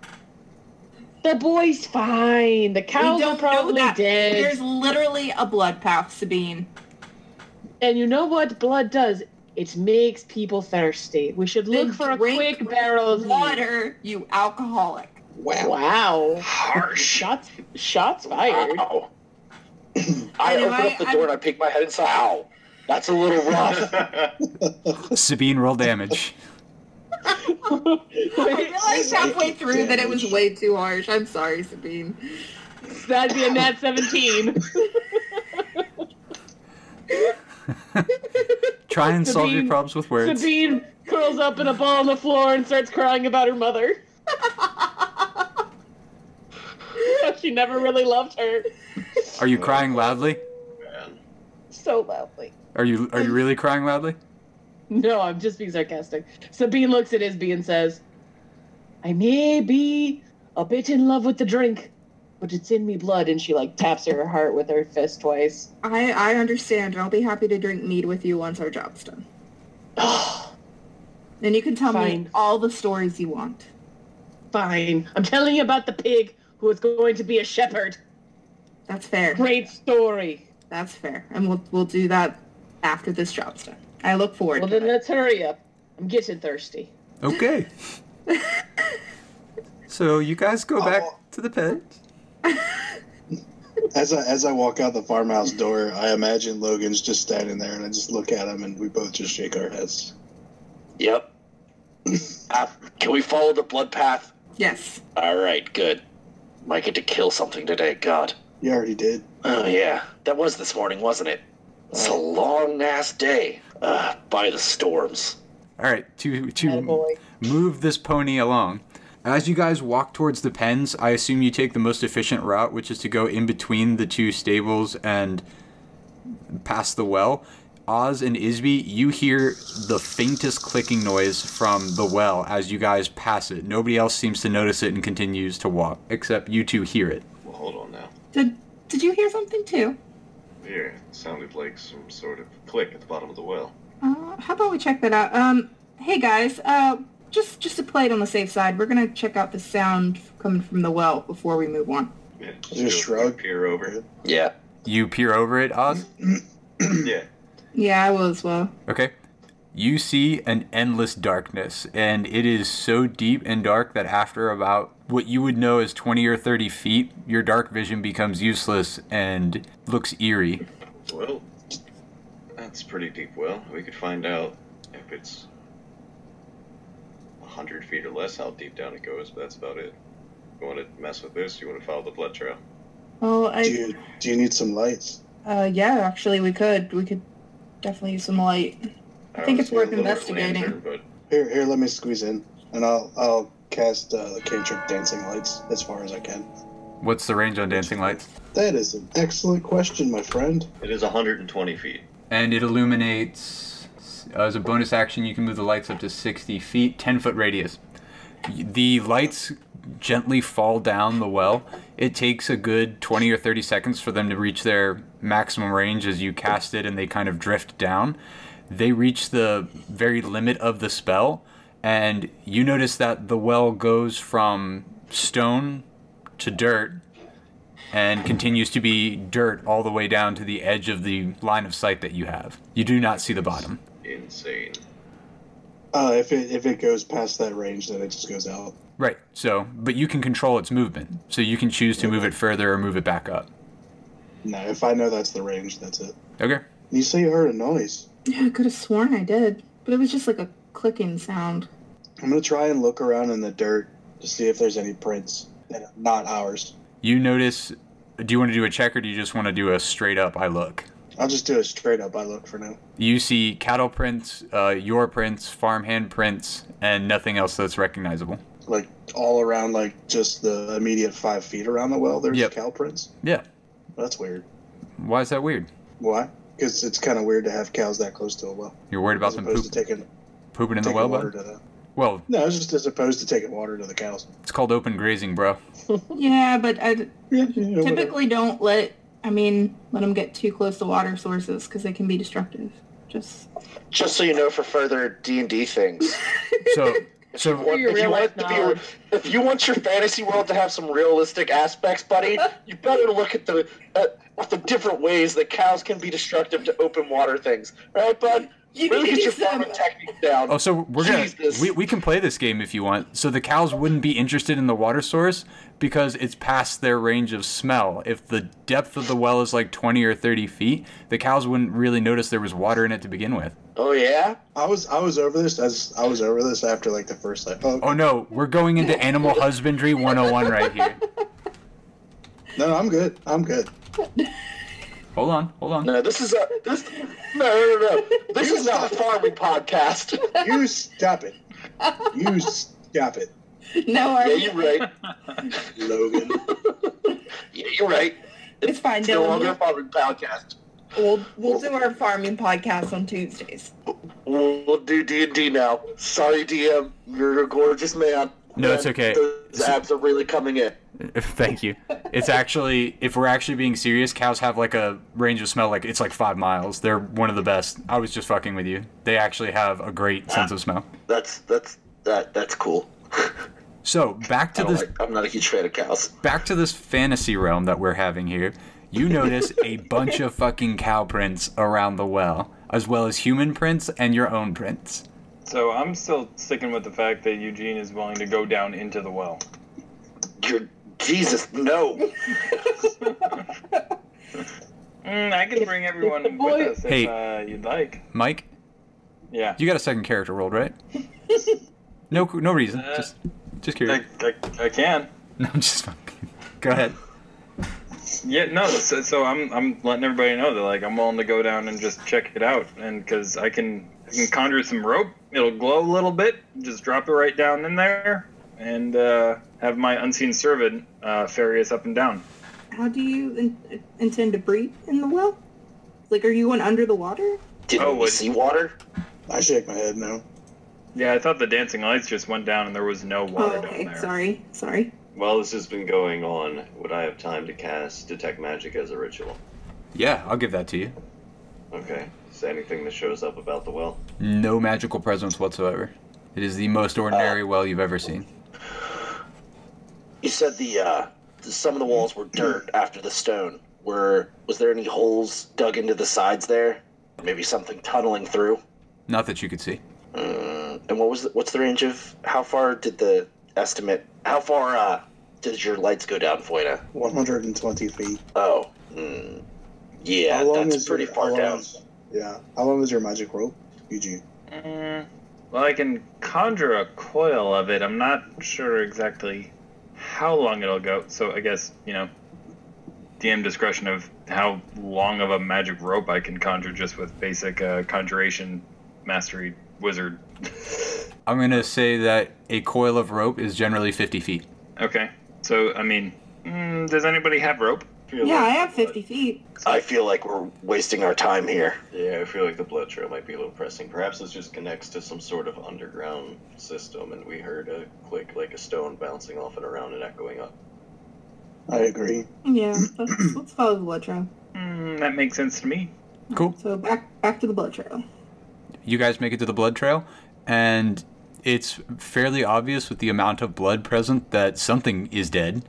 Speaker 4: the boy's fine. The cows
Speaker 3: we
Speaker 4: are
Speaker 3: don't
Speaker 4: probably
Speaker 3: know that.
Speaker 4: dead.
Speaker 3: There's literally a blood path, Sabine.
Speaker 4: And you know what blood does? It makes people thirsty. We should look
Speaker 3: Then
Speaker 4: for a
Speaker 3: drink
Speaker 4: quick barrel of mead.
Speaker 3: Water, you alcoholic.
Speaker 8: Wow.
Speaker 4: Wow.
Speaker 2: Harsh.
Speaker 4: Shots shots fired.
Speaker 2: Wow. I
Speaker 3: Anyway,
Speaker 2: open up the door and I peek my head inside. Ow. That's a little rough.
Speaker 1: Sabine, roll damage.
Speaker 3: I realized halfway through that it was
Speaker 8: Damage.
Speaker 3: way too harsh. I'm sorry, Sabine.
Speaker 4: That'd be a nat 17.
Speaker 1: Try and solve your
Speaker 4: Sabine-
Speaker 1: problems with words.
Speaker 4: Sabine curls up in a ball on the floor and starts crying about her mother. How she never really loved her
Speaker 1: Are you crying loudly?
Speaker 7: Man.
Speaker 4: so loudly.
Speaker 1: Are you are you really crying loudly?
Speaker 4: No, I'm just being sarcastic. Sabine looks at Isby and says, I may be a bit in love with the drink, but it's in me blood. And she like taps her heart with her fist twice.
Speaker 3: I, I understand, and I'll be happy to drink mead with you once our job's done. And you can tell me
Speaker 4: Fine.
Speaker 3: all the stories you want.
Speaker 4: Fine. I'm telling you about the pig who is going to be a shepherd.
Speaker 3: That's fair.
Speaker 4: Great story.
Speaker 3: That's fair. And we'll, we'll do that after this job's done. I look forward
Speaker 4: Well,
Speaker 3: to
Speaker 4: then
Speaker 3: it.
Speaker 4: let's hurry up. I'm getting thirsty.
Speaker 1: Okay. so you guys go back to the pit.
Speaker 8: As I as I walk out the farmhouse door, I imagine Logan's just standing there, and I just look at him, and we both just shake our heads.
Speaker 2: yep. Uh, can we follow the blood path?
Speaker 3: Yes.
Speaker 2: All right, good. Might get to kill something today. God.
Speaker 8: You already did.
Speaker 2: Oh yeah, that was this morning, wasn't it? It's a long ass day. Uh, by the storms.
Speaker 1: All right, to to
Speaker 4: Attaboy.
Speaker 1: move this pony along. As you guys walk towards the pens, I assume you take the most efficient route, which is to go in between the two stables and past the well. Oz and Isby, you hear the faintest clicking noise from the well as you guys pass it. Nobody else seems to notice it and continues to walk, except you two hear it.
Speaker 7: Well, hold on now.
Speaker 3: Did Did you hear something too?
Speaker 7: Here, it sounded like some sort of click at the bottom of the well.
Speaker 3: Uh, how about we check that out? Um, hey guys, uh, just just to play it on the safe side, we're gonna check out the sound coming from the well before we move on.
Speaker 7: Yeah,
Speaker 8: Just shrug.
Speaker 7: Peer over.
Speaker 2: Yeah.
Speaker 1: You peer over it, Oz.
Speaker 7: yeah.
Speaker 3: Yeah, I will as well.
Speaker 1: Okay. You see an endless darkness, and it is so deep and dark that after about what you would know as 20 or 30 feet, your dark vision becomes useless and looks eerie.
Speaker 7: Well, that's pretty deep well. We could find out if it's 100 feet or less how deep down it goes, but that's about it. You want to mess with this? You want to follow the blood trail?
Speaker 3: Well,
Speaker 8: Do
Speaker 3: I
Speaker 8: you, do you need some lights?
Speaker 3: uh, yeah, actually we could we could definitely use some light. I think
Speaker 7: was
Speaker 3: it's worth
Speaker 7: gonna lower
Speaker 3: investigating.
Speaker 7: lantern, but
Speaker 8: Here, here. Let me squeeze in, and I'll I'll cast uh, the cantrip dancing lights as far as I can.
Speaker 1: What's the range on dancing lights?
Speaker 8: That is an excellent question, my friend.
Speaker 7: it is 120 feet.
Speaker 1: And it illuminates. Uh, as a bonus action, you can move the lights up to 60 feet, 10 foot radius. The lights gently fall down the well. It takes a good 20 or 30 seconds for them to reach their maximum range as you cast it, and they kind of drift down. They reach the very limit of the spell, and you notice that the well goes from stone to dirt and continues to be dirt all the way down to the edge of the line of sight that you have. You do not see the bottom.
Speaker 7: Insane.
Speaker 8: Uh, if it if it goes past that range, then it just goes out.
Speaker 1: Right. So, but you can control its movement. So you can choose to move it further or move it back up.
Speaker 8: No, if I know that's the range, that's it.
Speaker 1: Okay.
Speaker 8: You say you heard a noise.
Speaker 3: Yeah, I could have sworn I did, but it was just like a clicking sound.
Speaker 8: I'm gonna try and look around in the dirt to see if there's any prints that are not ours.
Speaker 1: You notice do you want to do a check or do you just want to do a straight up I look?
Speaker 8: I'll just do a straight up I look for now.
Speaker 1: You see cattle prints, uh, your prints, farmhand prints, and nothing else that's recognizable.
Speaker 8: Like all around, like just the immediate five feet around the well. There's
Speaker 1: Yep.
Speaker 8: cow prints.
Speaker 1: Yeah.
Speaker 8: That's weird.
Speaker 1: Why is that weird?
Speaker 8: Why? Because it's kind of weird to have cows that close to a well,
Speaker 1: You're worried about
Speaker 8: as
Speaker 1: them
Speaker 8: opposed
Speaker 1: poop,
Speaker 8: to taking
Speaker 1: pooping in the
Speaker 8: taking
Speaker 1: well,
Speaker 8: water
Speaker 1: bud?
Speaker 8: to the.
Speaker 1: Well,
Speaker 8: No, it's just as opposed to taking water to the cows.
Speaker 1: it's called open grazing, bro.
Speaker 3: Yeah, but I
Speaker 8: Yeah, yeah, whatever.
Speaker 3: typically don't let I mean let them get too close to water sources because they can be destructive. Just
Speaker 2: Just so you know, for further D and D things,
Speaker 1: So,
Speaker 2: if you
Speaker 1: so
Speaker 2: want,
Speaker 4: your
Speaker 2: if you
Speaker 4: real
Speaker 2: want it
Speaker 4: life
Speaker 2: to
Speaker 4: knowledge.
Speaker 2: be, if you want your fantasy world to have some realistic aspects, buddy, you better look at the at, at the different ways that cows can be destructive to open water things, right, bud?
Speaker 3: You
Speaker 2: really
Speaker 3: need
Speaker 2: get
Speaker 3: to
Speaker 2: your
Speaker 3: do some-
Speaker 2: farming techniques down.
Speaker 1: Oh, so we're gonna
Speaker 2: Jesus.
Speaker 1: we, we can play this game if you want. So the cows wouldn't be interested in the water source because it's past their range of smell. If the depth of the well is like twenty or thirty feet, the cows wouldn't really notice there was water in it to begin with.
Speaker 2: oh yeah.
Speaker 8: I was I was over this as I was over this after like the first like oh,
Speaker 1: Oh no, we're going into animal husbandry one oh one right here.
Speaker 8: no I'm good I'm good
Speaker 1: Hold on, hold on.
Speaker 2: No, this is a this. No, no, no, no. This is not a farming podcast.
Speaker 8: you stop it you stop it
Speaker 3: no,
Speaker 2: Yeah,
Speaker 3: I,
Speaker 2: you're right.
Speaker 8: Logan
Speaker 2: Yeah, you're right.
Speaker 3: it's fine.
Speaker 2: It's
Speaker 3: No,
Speaker 2: no
Speaker 3: we'll-
Speaker 2: longer a farming podcast.
Speaker 3: We'll we'll do our farming podcast on Tuesdays.
Speaker 2: We'll do D and D now. Sorry, DM. You're a gorgeous man.
Speaker 1: No, it's okay.
Speaker 2: Those abs are really coming in.
Speaker 1: Thank you. It's actually if we're actually being serious, cows have like a range of smell like it's like five miles. They're one of the best. I was just fucking with you. They actually have a great sense of smell.
Speaker 2: That's that's that that's cool.
Speaker 1: So back to
Speaker 2: I don't
Speaker 1: this
Speaker 2: like- I'm not a huge fan of cows.
Speaker 1: back to this fantasy realm that we're having here. You notice a bunch of fucking cow prints around the well, as well as human prints and your own prints.
Speaker 5: So I'm still sticking with the fact that Eugene is willing to go down into the well.
Speaker 2: You're Jesus. No.
Speaker 5: Mm, I can bring everyone
Speaker 4: the
Speaker 5: with
Speaker 4: boy-
Speaker 5: us if
Speaker 1: Hey.
Speaker 5: uh, you'd like.
Speaker 1: Mike,
Speaker 5: Yeah.
Speaker 1: you got a second character rolled, right? No, no reason. Just, just
Speaker 5: I,
Speaker 1: curious.
Speaker 5: I, I can.
Speaker 1: No, I'm just fucking. Go ahead.
Speaker 5: Yeah, no. So, so I'm I'm letting everybody know that like I'm willing to go down and just check it out, and because I can I can conjure some rope, it'll glow a little bit. Just drop it right down in there, and uh, have my unseen servant uh, ferry us up and down.
Speaker 3: How do you in- intend to breathe in the well? Like, are you going under the water?
Speaker 2: Did
Speaker 5: Oh,
Speaker 2: we
Speaker 5: would-
Speaker 2: see water?
Speaker 8: I shake my head no.
Speaker 5: Yeah, I thought the dancing lights just went down and there was no water
Speaker 3: oh, okay.
Speaker 5: down there.
Speaker 3: Sorry. Sorry.
Speaker 7: While this has been going on, would I have time to cast Detect Magic as a ritual?
Speaker 1: Yeah, I'll give that to you.
Speaker 7: Okay. Is there anything that shows up about the well?
Speaker 1: No magical presence whatsoever. It is the most ordinary
Speaker 5: Uh.
Speaker 1: well you've ever seen.
Speaker 2: You said the, uh, the some of the walls were dirt after the stone. Were was there any holes dug into the sides there? Maybe something tunneling through.
Speaker 1: Not that you could see.
Speaker 2: Uh, and what was the, what's the range of how far did the estimate? How far uh, did your lights go down, Foyna?
Speaker 8: 120 feet.
Speaker 2: Oh, hmm. yeah,
Speaker 8: How long
Speaker 2: that's
Speaker 8: is
Speaker 2: pretty
Speaker 8: your-
Speaker 2: far
Speaker 8: how long
Speaker 2: down.
Speaker 8: is- yeah. How long is your magic rope, Eugene?
Speaker 5: Mm, well, I can conjure a coil of it. I'm not sure exactly how long it'll go. So I guess you know, DM discretion of how long of a magic rope I can conjure just with basic uh, conjuration mastery wizard.
Speaker 1: I'm gonna say that a coil of rope is generally 50 feet.
Speaker 5: Okay. So I mean, mm, does anybody have rope?
Speaker 3: Yeah, I have 50 feet.
Speaker 2: I feel like we're wasting our time here.
Speaker 7: Yeah, I feel like the blood trail might be a little pressing. Perhaps this just connects to some sort of underground system, and we heard a click like a stone bouncing off and around and echoing up.
Speaker 8: I agree.
Speaker 3: Yeah. Let's, let's follow the blood trail.
Speaker 5: Mm, that makes sense to me.
Speaker 1: Cool.
Speaker 3: So back back to the blood trail.
Speaker 1: You guys make it to the blood trail, and it's fairly obvious with the amount of blood present that something is dead.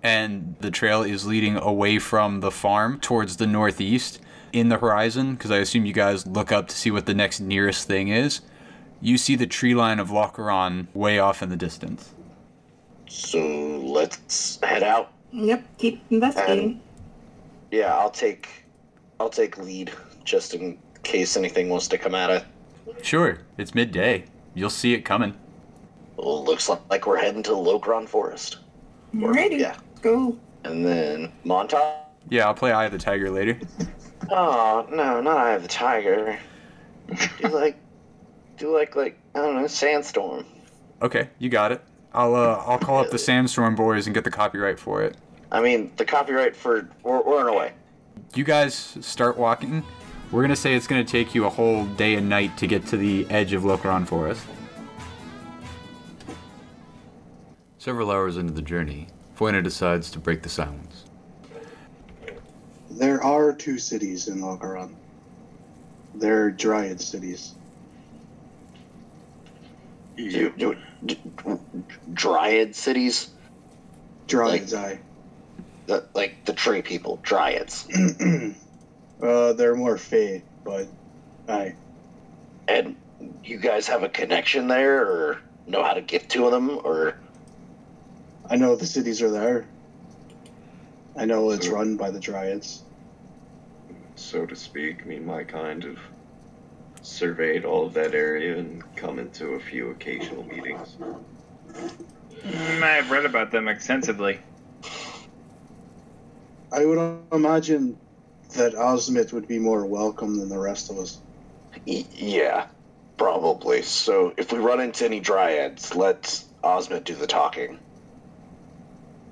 Speaker 1: And the trail is leading away from the farm towards the northeast in the horizon, because I assume you guys look up to see what the next nearest thing is. You see the tree line of Locheron way off in the distance.
Speaker 2: So let's head out.
Speaker 3: Yep. Keep investigating.
Speaker 2: Yeah, I'll take, I'll take lead just in case anything wants to come at us.
Speaker 1: Sure, it's midday. You'll see it coming.
Speaker 2: Well, looks li- like we're heading to Logron Forest,
Speaker 3: Alrighty.
Speaker 2: yeah.
Speaker 3: Go.
Speaker 2: and then Montauk.
Speaker 1: Yeah, I'll play Eye of the Tiger later.
Speaker 2: Oh no, not I have the tiger. Do like, do like like I don't know, sandstorm.
Speaker 1: Okay, you got it. I'll uh, I'll call up the Sandstorm Boys and get the copyright for it.
Speaker 2: I mean, the copyright for we're, we're in a way.
Speaker 1: You guys start walking. We're gonna say it's gonna take you a whole day and night to get to the edge of Lokeron Forest.
Speaker 10: Several hours into the journey, Foyna decides to break the silence.
Speaker 8: There are two cities in Logaron. They're dryad cities.
Speaker 2: You, you d- d- dryad cities,
Speaker 8: Dryads, I.
Speaker 2: the, like the tree people, dryads,
Speaker 8: uh, they're more fey, but I.
Speaker 2: and you guys have a connection there, or know how to get to them, or
Speaker 8: I know the cities are there. I know it's run by the dryads.
Speaker 7: so to speak. Me and my kind have surveyed all of that area and come into a few occasional meetings.
Speaker 5: Mm, I have read about them extensively.
Speaker 8: I would imagine that Osmit would be more welcome than the rest of us.
Speaker 2: Y- yeah, probably. So if we run into any dryads, let Ozma do the talking.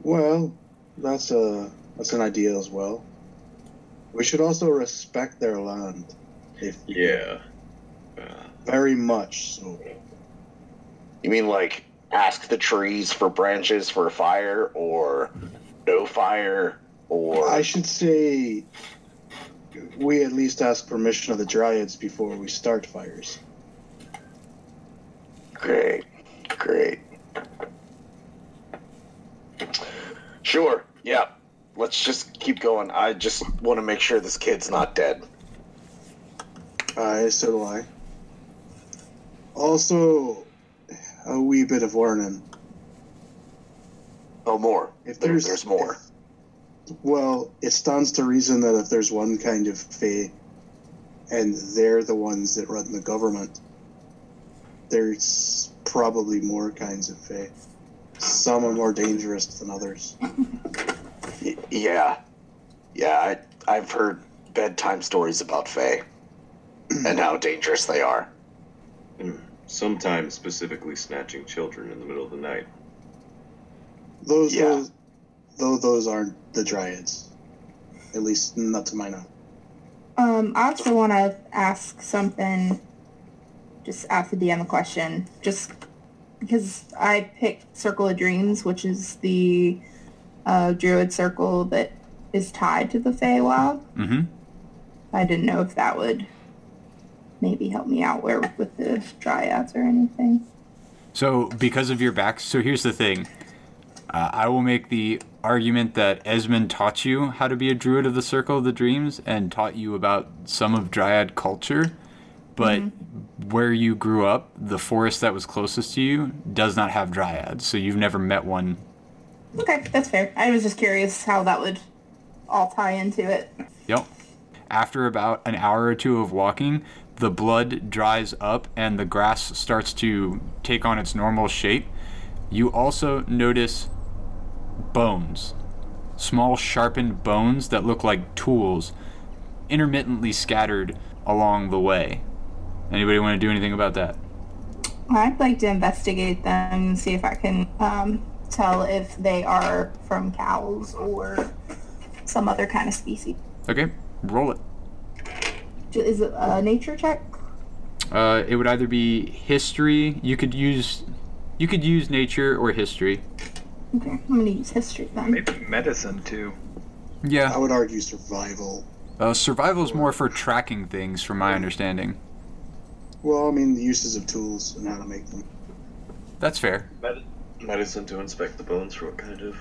Speaker 8: Well, that's a that's an idea as well. We should also respect their land, if
Speaker 7: Yeah. Uh,
Speaker 8: very much so.
Speaker 2: You mean like ask the trees for branches for a fire, or no fire, or
Speaker 8: I should say we at least ask permission of the dryads before we start fires.
Speaker 2: Great, great. Sure, yeah. Let's just keep going. I just want to make sure this kid's not dead.
Speaker 8: Aye, so do I. Also, a wee bit of warning.
Speaker 2: Oh, more.
Speaker 8: If
Speaker 2: There-
Speaker 8: there's,
Speaker 2: there's more.
Speaker 8: well, it stands to reason that if there's one kind of fae, and they're the ones that run the government, there's probably more kinds of fae. Some are more dangerous than others.
Speaker 2: Y- yeah, Yeah, I, I've heard bedtime stories about Fae and how dangerous they are.
Speaker 7: Hmm. Sometimes specifically snatching children in the middle of the night.
Speaker 8: Those,
Speaker 2: Yeah.
Speaker 8: those, though, those aren't the dryads. At least, not to my knowledge.
Speaker 3: Um, I also want to ask something, just ask the DM a question, just because I picked Circle of Dreams, which is the uh, druid circle that is tied to the Feywild.
Speaker 1: Mm-hmm.
Speaker 3: I didn't know if that would maybe help me out where with the dryads or anything.
Speaker 1: So, because of your back, so here's the thing. Uh, I will make the argument that Esmond taught you how to be a druid of the Circle of the Dreams and taught you about some of Dryad culture, but where you grew up, the forest that was closest to you does not have Dryads, so you've never met one.
Speaker 3: Okay, that's fair. I was just curious how that would all tie into it.
Speaker 1: Yep. After about an hour or two of walking, the blood dries up and the grass starts to take on its normal shape. You also notice bones. Small, sharpened bones that look like tools intermittently scattered along the way. Anybody want to do anything about that?
Speaker 3: I'd like to investigate them and see if I can um, tell if they are from cows or some other kind of species.
Speaker 1: Okay, roll it.
Speaker 3: J- Is it a nature check?
Speaker 1: Uh, it would either be history. You could use, you could use nature or history.
Speaker 3: Okay, I'm gonna use history then.
Speaker 5: Maybe medicine too.
Speaker 1: Yeah.
Speaker 8: I would argue survival.
Speaker 1: Uh, survival is more for tracking things, from my understanding.
Speaker 8: Well, I mean, the uses of tools and how to make them.
Speaker 1: That's fair.
Speaker 7: Med- medicine to inspect the bones for what kind of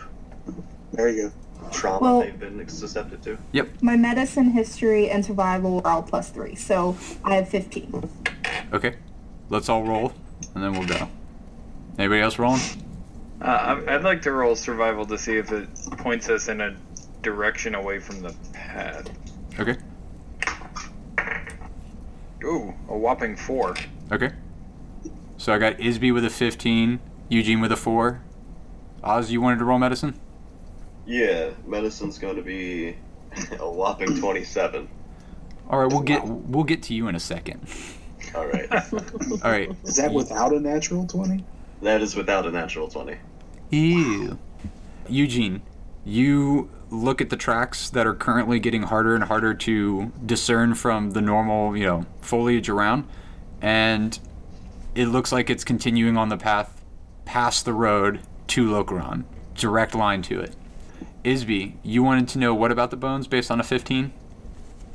Speaker 8: There you go.
Speaker 7: trauma
Speaker 3: Well-
Speaker 7: they've been ex- susceptible to.
Speaker 3: My medicine, history, and survival are all plus three, so I have 15.
Speaker 1: Okay. Let's all roll, and then we'll go. Anybody else rolling?
Speaker 5: Uh, I'm- I'd like to roll survival to see if it points us in a direction away from the path.
Speaker 1: Okay.
Speaker 5: Ooh, a whopping four.
Speaker 1: Okay. So I got Isby with a 15, Eugene with a 4. Oz, you wanted to roll medicine?
Speaker 7: Yeah, medicine's going to be a whopping 27.
Speaker 1: All right, we'll get we'll get to you in a second.
Speaker 7: All right.
Speaker 1: All right.
Speaker 8: Is that without a natural 20?
Speaker 7: that is without a natural 20.
Speaker 1: Ew. Eugene, you look at the tracks that are currently getting harder and harder to discern from the normal, you know, foliage around, and it looks like it's continuing on the path past the road to Lokron, direct line to it. Isby, you wanted to know what about the bones based on a 15?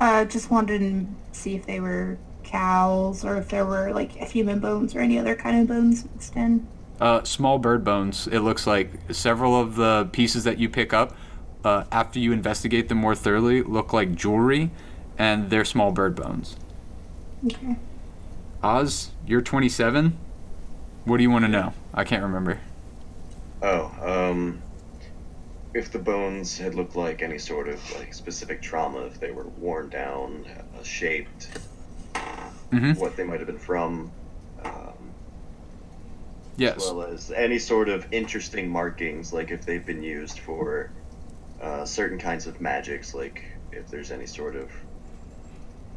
Speaker 3: Uh, just wanted to see if they were cows or if there were like human bones or any other kind of bones mixed in.
Speaker 1: Uh, small bird bones. It looks like several of the pieces that you pick up, uh, after you investigate them more thoroughly, look like jewelry, and they're small bird bones.
Speaker 3: Okay.
Speaker 1: Oz, you're 27. What do you want to know? I can't remember.
Speaker 7: Oh, um. If the bones had looked like any sort of like specific trauma, if they were worn down, uh, shaped,
Speaker 1: Mhm.
Speaker 7: what they might have been from, um, as
Speaker 1: Yes.
Speaker 7: well as any sort of interesting markings, like if they've been used for uh, certain kinds of magics, like if there's any sort of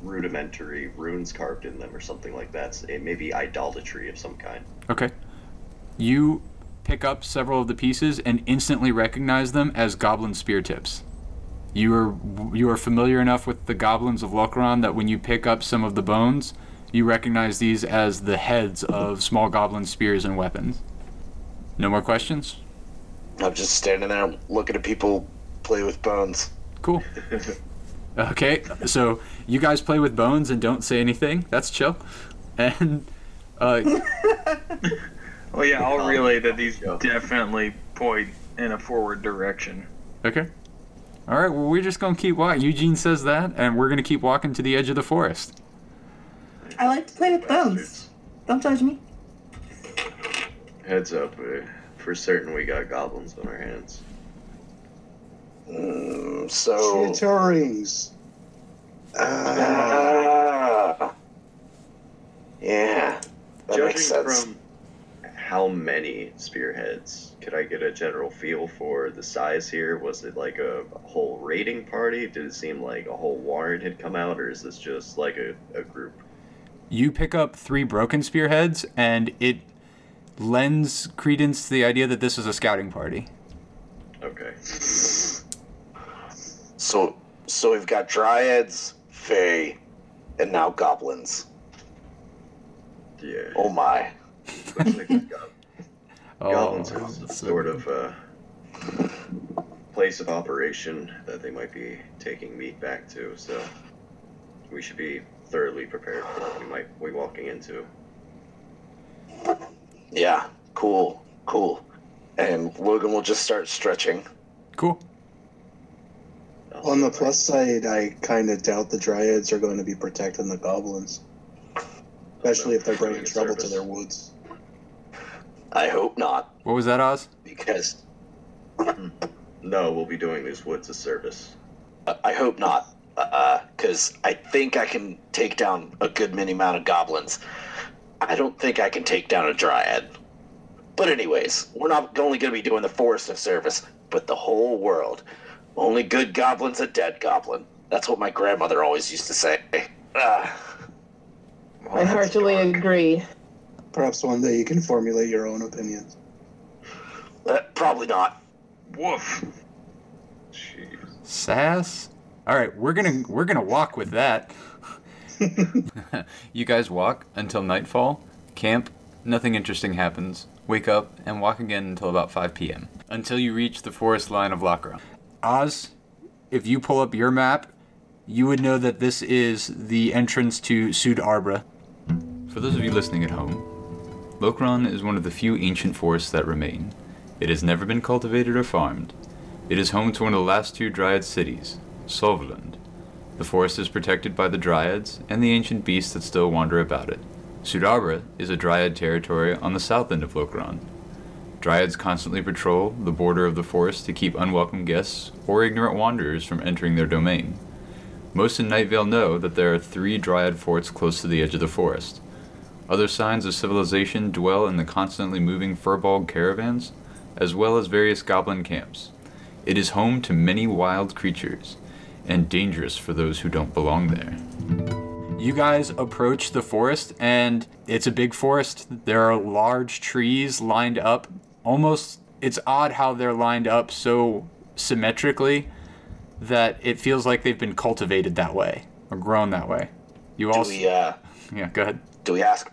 Speaker 7: rudimentary runes carved in them or something like that. It may be idolatry of some kind.
Speaker 1: Okay. You pick up several of the pieces and instantly recognize them as goblin spear tips. You are you are familiar enough with the goblins of Lokron that when you pick up some of the bones, you recognize these as the heads of small goblin spears and weapons. No more questions?
Speaker 2: I'm just standing there looking at people play with bones.
Speaker 1: Cool. Okay, so you guys play with bones and don't say anything. That's chill. And uh,
Speaker 5: Oh yeah, I'll relay that these
Speaker 7: yeah.
Speaker 5: definitely point in a forward direction.
Speaker 1: Okay. All right. Well, we're just gonna keep walking. Eugene says that, and we're gonna keep walking to the edge of the forest.
Speaker 3: I like to play with bones. Don't judge me.
Speaker 7: Heads up, uh, for certain we got goblins on our hands.
Speaker 2: Mm, so.
Speaker 8: Chitterings.
Speaker 2: Ah. yeah. That
Speaker 7: Judging
Speaker 2: makes sense.
Speaker 7: from how many spearheads? Could I get a general feel for the size here? Was it like a whole raiding party? Did it seem like a whole warrant had come out, or is this just like a, a group?
Speaker 1: You pick up three broken spearheads, and it lends credence to the idea that this is a scouting party.
Speaker 7: Okay.
Speaker 2: So, so we've got dryads, fae, and now goblins.
Speaker 7: Yeah.
Speaker 2: Oh my!
Speaker 7: Looks like we've got
Speaker 1: Oh,
Speaker 7: Goblins are some
Speaker 1: so-
Speaker 7: sort of uh, place of operation that they might be taking meat back to, so we should be thoroughly prepared for what we might be walking into.
Speaker 2: Yeah, cool, cool. And Logan will just start stretching.
Speaker 1: cool.
Speaker 7: I'll
Speaker 8: On the
Speaker 7: see if I-
Speaker 8: plus side, I kind of doubt the dryads are going to be protecting the goblins, especially if they're bringing
Speaker 7: Doing a
Speaker 8: trouble to
Speaker 7: service.
Speaker 8: their woods.
Speaker 2: I hope not,
Speaker 1: What was that, Oz?
Speaker 2: because
Speaker 7: No, we'll be doing these woods a service.
Speaker 2: uh, I hope not, because I think I can take down a good many amount of goblins. I don't think I can take down a dryad. But anyways, we're not only going to be doing the forest a service, but the whole world. Only good goblins a dead goblin. That's what my grandmother always used to say. Ah.
Speaker 4: I heartily agree.
Speaker 8: Perhaps one day you can formulate your own opinions.
Speaker 2: Uh, probably not.
Speaker 5: Woof.
Speaker 7: Jeez.
Speaker 1: Sass. All right, we're gonna we're gonna walk with that.
Speaker 10: You guys walk until nightfall, camp, nothing interesting happens, wake up, and walk again until about 5 p.m. Until you reach the forest line of Lockra.
Speaker 1: Oz, if you pull up your map, you would know that this is the entrance to Sud Arbra.
Speaker 10: For those of you listening at home, Lokron is one of the few ancient forests that remain. It has never been cultivated or farmed. It is home to one of the last two Dryad cities, Solvaland. The forest is protected by the Dryads and the ancient beasts that still wander about it. Sudabra is a Dryad territory on the south end of Lokron. Dryads constantly patrol the border of the forest to keep unwelcome guests or ignorant wanderers from entering their domain. Most in Nightvale know that there are three Dryad forts close to the edge of the forest. Other signs of civilization dwell in the constantly moving furball caravans, as well as various goblin camps. It is home to many wild creatures, and dangerous for those who don't belong there.
Speaker 1: You guys approach the forest, and it's a big forest. There are large trees lined up. Almost, it's odd how they're lined up so symmetrically that it feels like they've been cultivated that way or grown that way. You
Speaker 2: Do
Speaker 1: all,
Speaker 2: we, uh,
Speaker 1: yeah, go ahead.
Speaker 2: do we ask?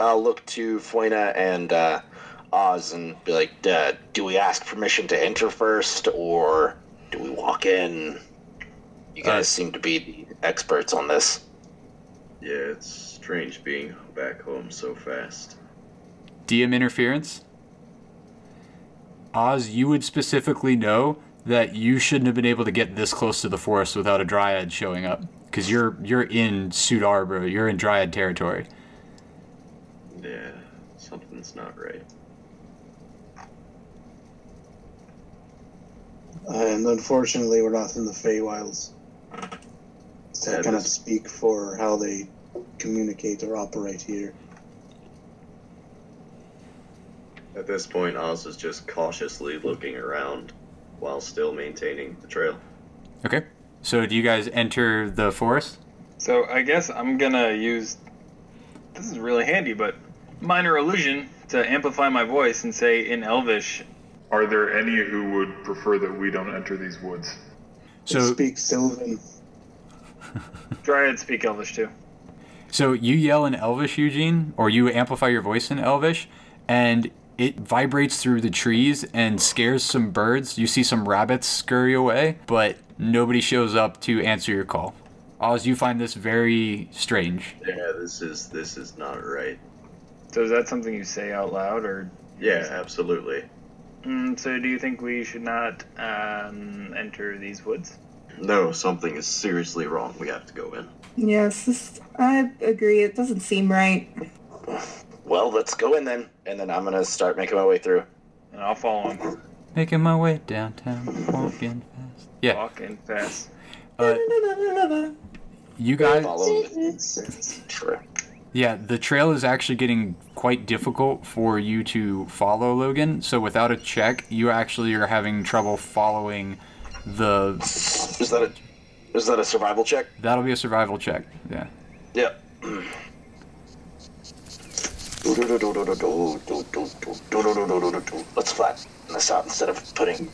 Speaker 2: I'll look to Fuena and uh, Oz and be like, uh, do we ask permission to enter first, or do we walk in? You guys seem to be the experts on this.
Speaker 7: Yeah, it's strange being back home so fast.
Speaker 1: DM interference. Oz, you would specifically know that you shouldn't have been able to get this close to the forest without a dryad showing up, because you're you're in Sud Arbor, you're in dryad territory.
Speaker 7: Yeah, something's not right.
Speaker 8: And unfortunately, we're not in the Feywilds. So I
Speaker 7: That
Speaker 8: cannot
Speaker 7: is-
Speaker 8: speak for how they communicate or operate here.
Speaker 7: At this point, Oz is just cautiously looking around while still maintaining the trail.
Speaker 1: Okay. So do you guys enter the forest?
Speaker 5: So I guess I'm gonna use. This is really handy, but minor illusion to amplify my voice and say in Elvish.
Speaker 9: Are there any who would prefer that we don't enter these woods?
Speaker 8: So,
Speaker 1: So
Speaker 8: speak Sylvan.
Speaker 5: Dryad speak Elvish too.
Speaker 1: so you yell in Elvish, Eugene, or you amplify your voice in Elvish, and it vibrates through the trees and scares some birds. You see some rabbits scurry away, but nobody shows up to answer your call. Oz, you find this very strange.
Speaker 7: Yeah, this is this is not right.
Speaker 5: So is that something you say out loud, or
Speaker 7: Yeah, absolutely.
Speaker 5: mm, so? Do you think we should not um, enter these woods?
Speaker 7: No, something is seriously wrong. We have to go in.
Speaker 3: Yes, this, I agree. It doesn't seem right.
Speaker 2: Well, let's go in then, and then I'm gonna start making my way through.
Speaker 5: And I'll follow him,
Speaker 1: Making my way downtown, walking fast. Yeah,
Speaker 5: walking fast.
Speaker 1: uh, you guys.
Speaker 2: Follow the- Sure.
Speaker 1: Yeah, the trail is actually getting quite difficult for you to follow, Logan. So without a check, you actually are having trouble following the.
Speaker 2: Is that a is that a survival check?
Speaker 1: That'll be a survival check. Yeah.
Speaker 2: Yeah. Let's flatten this out instead of putting.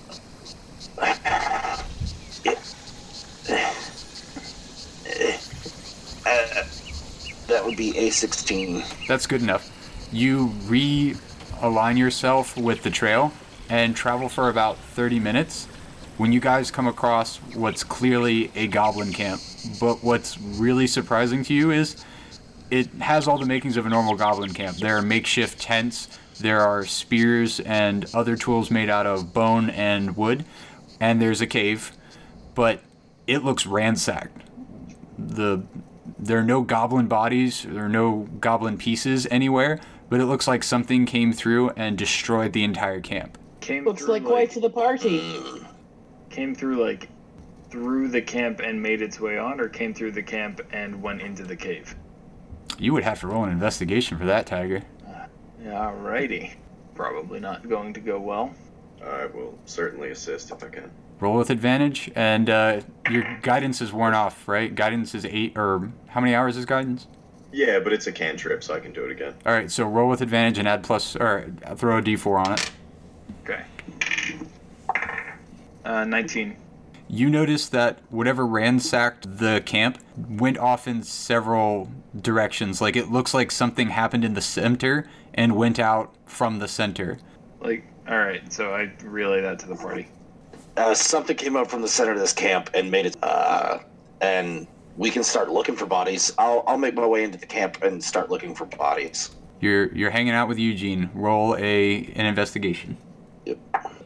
Speaker 2: That would be a sixteen.
Speaker 1: That's good enough. You realign yourself with the trail and travel for about 30 minutes when you guys come across what's clearly a goblin camp. But what's really surprising to you is it has all the makings of a normal goblin camp. There are makeshift tents, there are spears and other tools made out of bone and wood, and there's a cave, but it looks ransacked. The there are no goblin bodies, there are no goblin pieces anywhere, but it looks like something came through and destroyed the entire camp.
Speaker 5: Came
Speaker 4: Looks
Speaker 5: through, Mm.
Speaker 4: like quite to the party.
Speaker 5: came through like through the camp and made its way on, or came through the camp and went into the cave.
Speaker 1: You would have to roll an investigation for that, Tiger.
Speaker 5: Yeah, Alrighty, probably not going to go well.
Speaker 7: I will certainly assist if I can.
Speaker 1: Roll with advantage, and uh, your guidance is worn off, right? Guidance is eight, or how many hours is guidance?
Speaker 7: Yeah, but it's a cantrip, so I can do it again.
Speaker 1: All right, so roll with advantage and add plus, or throw a d4 on it.
Speaker 5: Okay. Uh, 19.
Speaker 1: You notice that whatever ransacked the camp went off in several directions. Like it looks like something happened in the center and went out from the center.
Speaker 5: Like, all right, so I relay that to the party.
Speaker 2: Uh, something came up from the center of this camp and made it. Uh, and we can start looking for bodies. I'll I'll make my way into the camp and start looking for bodies.
Speaker 1: You're you're hanging out with Eugene. Roll a an investigation.
Speaker 2: Yep.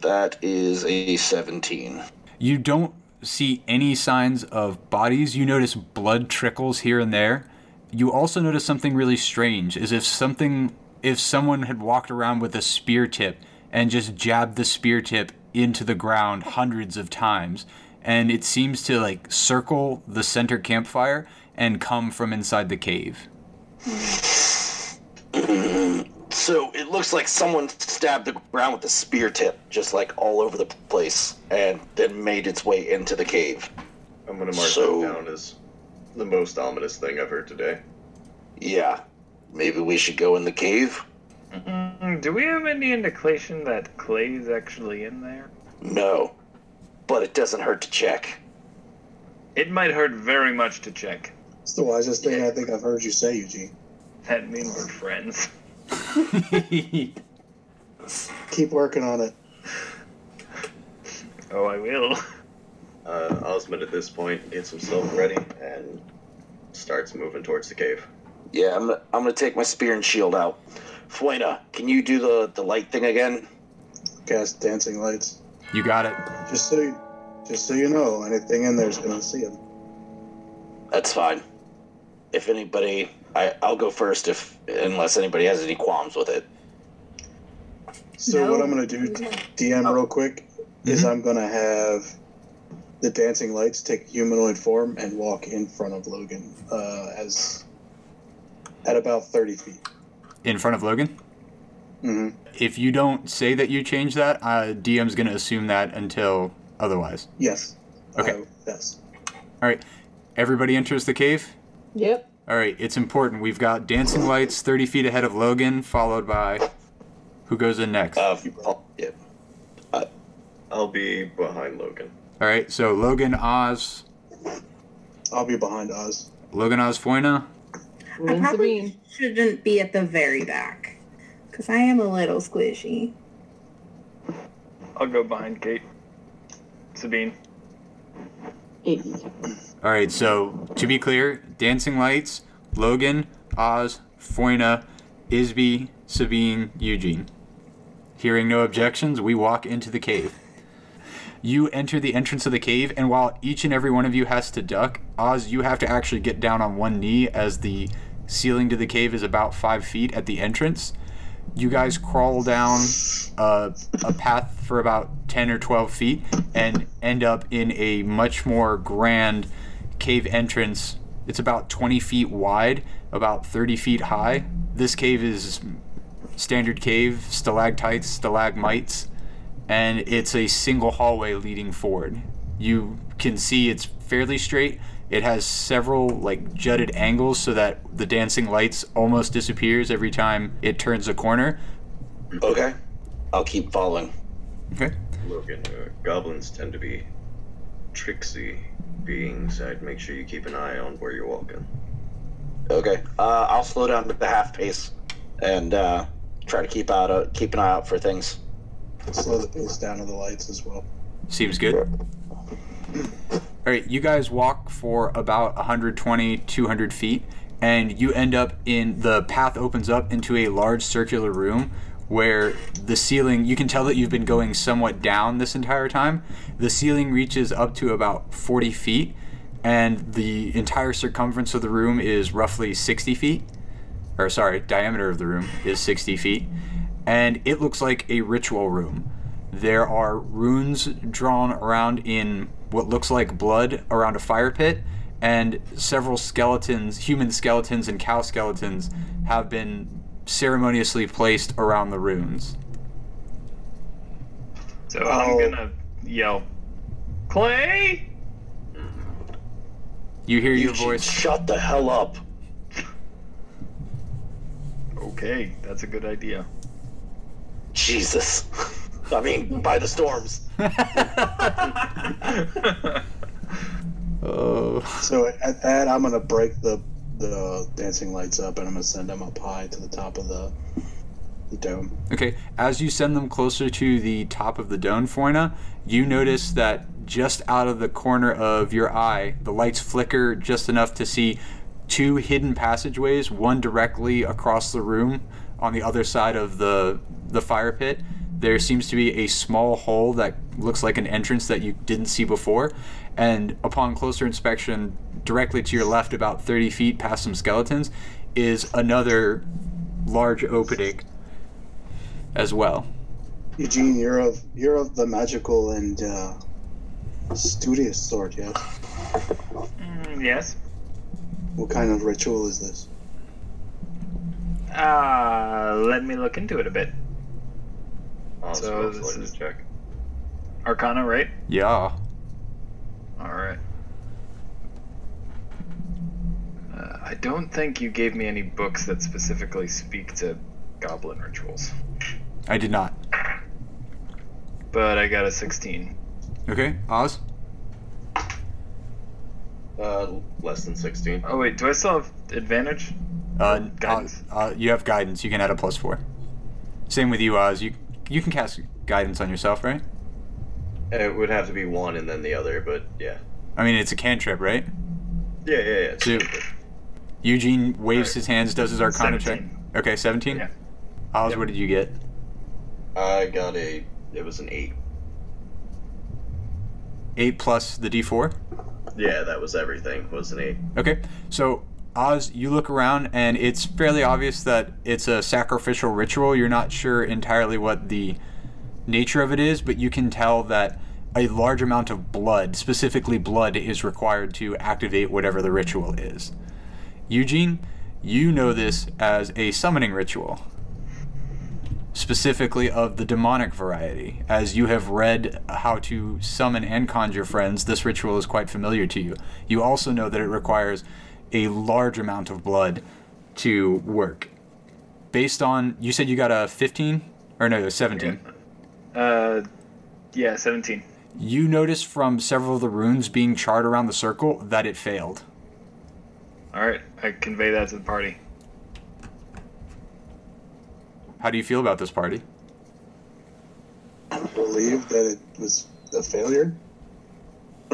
Speaker 2: That is a seventeen.
Speaker 1: You don't see any signs of bodies. You notice blood trickles here and there. You also notice something really strange, as if something if someone had walked around with a spear tip and just jabbed the spear tip into the ground hundreds of times, and it seems to like circle the center campfire and come from inside the cave.
Speaker 2: So it looks like someone stabbed the ground with a spear tip, just like all over the place, and then made its way into the cave.
Speaker 7: I'm gonna mark
Speaker 2: So-
Speaker 7: that down as the most ominous thing I've heard today.
Speaker 2: Yeah, maybe we should go in the cave.
Speaker 5: Mm, do we have any indication that Clay's actually in there?
Speaker 2: No, but it doesn't hurt to check.
Speaker 5: It might hurt very much to check.
Speaker 8: It's the wisest thing I think I've heard you say, Eugene.
Speaker 5: That means we're friends.
Speaker 8: Keep working on it.
Speaker 5: Oh, I will.
Speaker 7: Uh, Osmond at this point gets himself ready and starts moving towards the cave.
Speaker 2: Yeah, I'm gonna, I'm gonna take my spear and shield out. Fuena, can you do the the light thing again?
Speaker 8: Cast dancing lights.
Speaker 1: You got it.
Speaker 8: Just so, you, just so you know, anything in there's gonna see him.
Speaker 2: That's fine. If anybody, I I'll go first if unless anybody has any qualms with it.
Speaker 8: So
Speaker 3: No.
Speaker 8: what I'm gonna do, DM, real quick, is I'm gonna have the dancing lights take humanoid form and walk in front of Logan uh, as at about 30 feet.
Speaker 1: In front of Logan.
Speaker 8: hmm
Speaker 1: If you don't say that you change that, uh, DM's gonna assume that until otherwise.
Speaker 8: Yes.
Speaker 1: Okay.
Speaker 8: Uh, yes.
Speaker 1: All right. Everybody enters the cave.
Speaker 4: Yep.
Speaker 1: All right. It's important. We've got dancing lights 30 feet ahead of Logan, followed by who goes in next. All
Speaker 2: Uh, I'll- yeah.
Speaker 7: Uh, I'll be behind Logan.
Speaker 1: right. So Logan, Oz,
Speaker 8: I'll be behind Oz.
Speaker 1: Logan, Oz, Foyna.
Speaker 3: I
Speaker 4: Ruins the bean.
Speaker 3: probably shouldn't be at the very back because I am a little squishy.
Speaker 5: I'll go behind Kate. Sabine.
Speaker 4: Eight.
Speaker 1: All right. So to be clear, dancing lights, Logan, Oz, Foyna, Isby, Sabine, Eugene. Hearing no objections, we walk into the cave. You enter the entrance of the cave, and while each and every one of you has to duck, Oz, you have to actually get down on one knee as the ceiling to the cave is about five feet at the entrance. You guys crawl down uh, a path for about 10 or 12 feet and end up in a much more grand cave entrance It's about 20 feet wide, about 30 feet high. This cave is standard cave, stalactites, stalagmites, and it's a single hallway leading forward. You can see it's fairly straight. It has several like jutted angles so that the dancing lights almost disappears every time it turns a corner.
Speaker 2: Okay. I'll keep following.
Speaker 1: Okay.
Speaker 7: Logan, uh, goblins tend to be tricksy beings. I'd make sure you keep an eye on where you're walking.
Speaker 2: Okay. Uh, I'll slow down to the half pace and uh, try to keep out uh, keep an eye out for things.
Speaker 8: Slow the pace down to the lights as well.
Speaker 1: Seems good. All right, you guys walk for about 120, 200 feet, and you end up in the path opens up into a large circular room where the ceiling, you can tell that you've been going somewhat down this entire time. The ceiling reaches up to about 40 feet, and the entire circumference of the room is roughly 60 feet or sorry, diameter of the room is 60 feet, and it looks like a ritual room. There are runes drawn around in what looks like blood around a fire pit, and several skeletons, human skeletons and cow skeletons, have been ceremoniously placed around the runes.
Speaker 5: So um,
Speaker 8: Oh.
Speaker 5: I'm gonna yell, Clay!
Speaker 1: You hear your
Speaker 2: Eugene,
Speaker 1: voice.
Speaker 2: Shut the hell up.
Speaker 5: Okay, that's a good idea.
Speaker 2: Jesus. I mean, by the storms.
Speaker 1: Oh.
Speaker 8: So at that, I'm gonna break the the dancing lights up, and I'm gonna send them up high to the top of the dome.
Speaker 1: Okay, as you send them closer to the top of the dome, Forna, you notice that just out of the corner of your eye, the lights flicker just enough to see two hidden passageways, one directly across the room on the other side of the the fire pit. There seems to be a small hole that looks like an entrance that you didn't see before, and upon closer inspection, directly to your left about 30 feet past some skeletons is another large opening as well.
Speaker 8: Eugene, you're of you're of the magical and uh, studious sort, yes.
Speaker 5: Mm, yes.
Speaker 8: What kind of ritual is this?
Speaker 5: Uh, let me look into it a bit.
Speaker 7: I'll
Speaker 5: So
Speaker 7: roll
Speaker 5: this
Speaker 7: for it to
Speaker 5: is-
Speaker 7: check.
Speaker 5: Arcana, right?
Speaker 1: Yeah.
Speaker 5: Alright. Uh, I don't think you gave me any books that specifically speak to goblin rituals,
Speaker 1: I did not.
Speaker 5: but I got a 16.
Speaker 1: Okay, Oz?
Speaker 7: Uh, less than 16.
Speaker 5: Oh, wait, do I still have advantage?
Speaker 1: Uh,
Speaker 5: Guidance.
Speaker 1: Uh, uh, you have guidance. You can add a plus four. Same with you, Oz. You you can cast guidance on yourself, right?
Speaker 7: It would have to be one and then the other, but yeah.
Speaker 1: I mean, it's a cantrip, right?
Speaker 7: Yeah, yeah, yeah.
Speaker 1: So Eugene waves his hands, does his arcana check.
Speaker 5: 17.
Speaker 1: Okay, 17?
Speaker 5: Yeah.
Speaker 1: Oz, what did you get?
Speaker 7: I got a. It was an 8.
Speaker 1: 8 plus the d4?
Speaker 7: Yeah, that was everything, was an 8.
Speaker 1: Okay, so Oz, you look around, and it's fairly obvious that it's a sacrificial ritual. You're not sure entirely what the nature of it is, but you can tell that a large amount of blood, specifically blood, is required to activate whatever the ritual is. Eugene, you know this as a summoning ritual, specifically of the demonic variety. As you have read how to summon and conjure friends, this ritual is quite familiar to you. You also know that it requires a large amount of blood to work. Based on, you said you got a 15? Or no, 17.
Speaker 5: Uh, yeah, 17.
Speaker 1: You notice from several of the runes being charred around the circle that it failed.
Speaker 5: Alright, I convey that to the party.
Speaker 1: How do you feel about this party?
Speaker 8: Believe that it was a failure.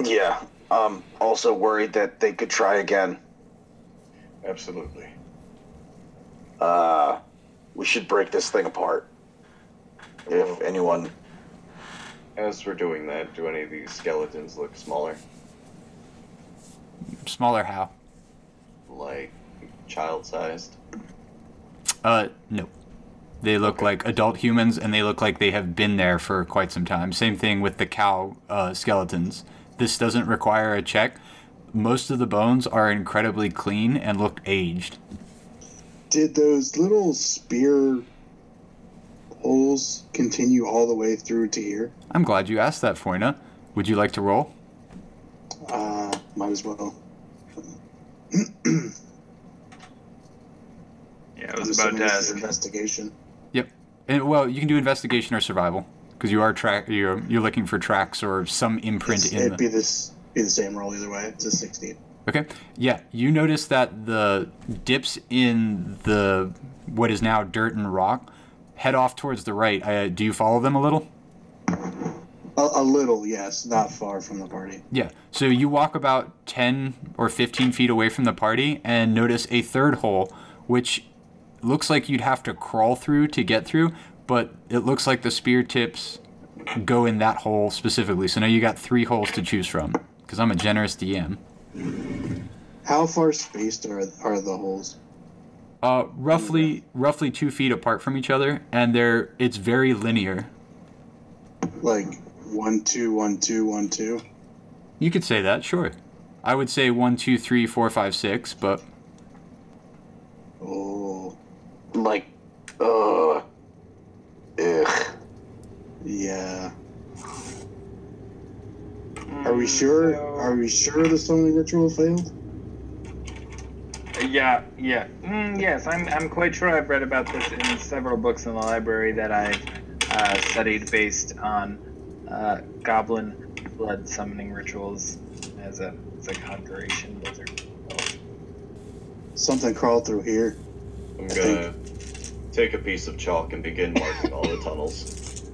Speaker 2: Yeah. Um. Also worried that they could try again.
Speaker 7: Absolutely.
Speaker 2: Uh, we should break this thing apart. If anyone,
Speaker 7: As we're doing that, do any of these skeletons look smaller?
Speaker 1: Smaller how?
Speaker 7: Like child sized?
Speaker 1: Uh, no. They look like adult humans, and they look like they have been there for quite some time. Same thing with the cow uh, skeletons. This doesn't require a check, most of the bones are incredibly clean and look aged.
Speaker 8: Did those little spear holes continue all the way through to here?
Speaker 1: I'm glad you asked that, Foyna. Would you like to roll?
Speaker 8: Uh, might as well.
Speaker 5: Yeah, I was about to ask.
Speaker 8: investigation.
Speaker 1: Yep. And, well, you can do investigation or survival because you are track. You're you're looking for tracks or some imprint in.
Speaker 8: It'd
Speaker 1: the-
Speaker 8: be this be the same roll either way. It's a sixteen.
Speaker 1: Okay. Yeah, you notice that the dips in the what is now dirt and rock head off towards the right. Uh, do you follow them a little?
Speaker 8: A, a little, yes, not far from the party.
Speaker 1: Yeah. So you walk about 10 or 15 feet away from the party and notice a third hole, which looks like you'd have to crawl through to get through, but it looks like the spear tips go in that hole specifically. So now you got three holes to choose from because I'm a generous DM.
Speaker 8: How far spaced are are the holes?
Speaker 1: Uh, roughly, roughly two feet apart from each other, and they're it's very linear.
Speaker 8: Like one, two, one, two, one, two.
Speaker 1: You could say that, sure. I would say one, two, three, four, five, six, but
Speaker 8: Oh,
Speaker 2: Like, uh, ugh.
Speaker 8: yeah. Are we sure? Are we sure the summoning ritual failed?
Speaker 5: Yeah, yeah. Mm, yes, I'm, I'm quite sure I've read about this in several books in the library that I've uh, studied based on uh, goblin blood summoning rituals as a, as a conjuration wizard.
Speaker 8: Something crawled through here.
Speaker 7: I'm gonna take a piece of chalk and begin marking all the tunnels.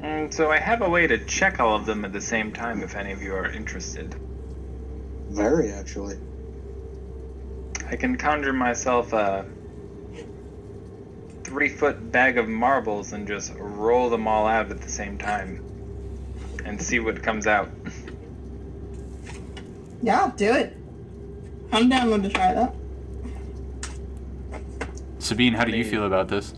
Speaker 5: Mm, so I have a way to check all of them at the same time if any of you are interested.
Speaker 8: Very actually.
Speaker 5: I can conjure myself a three foot bag of marbles and just roll them all out at the same time and see what comes out.
Speaker 3: Yeah, do it. I'm down to try that.
Speaker 1: Sabine, how do you feel about this?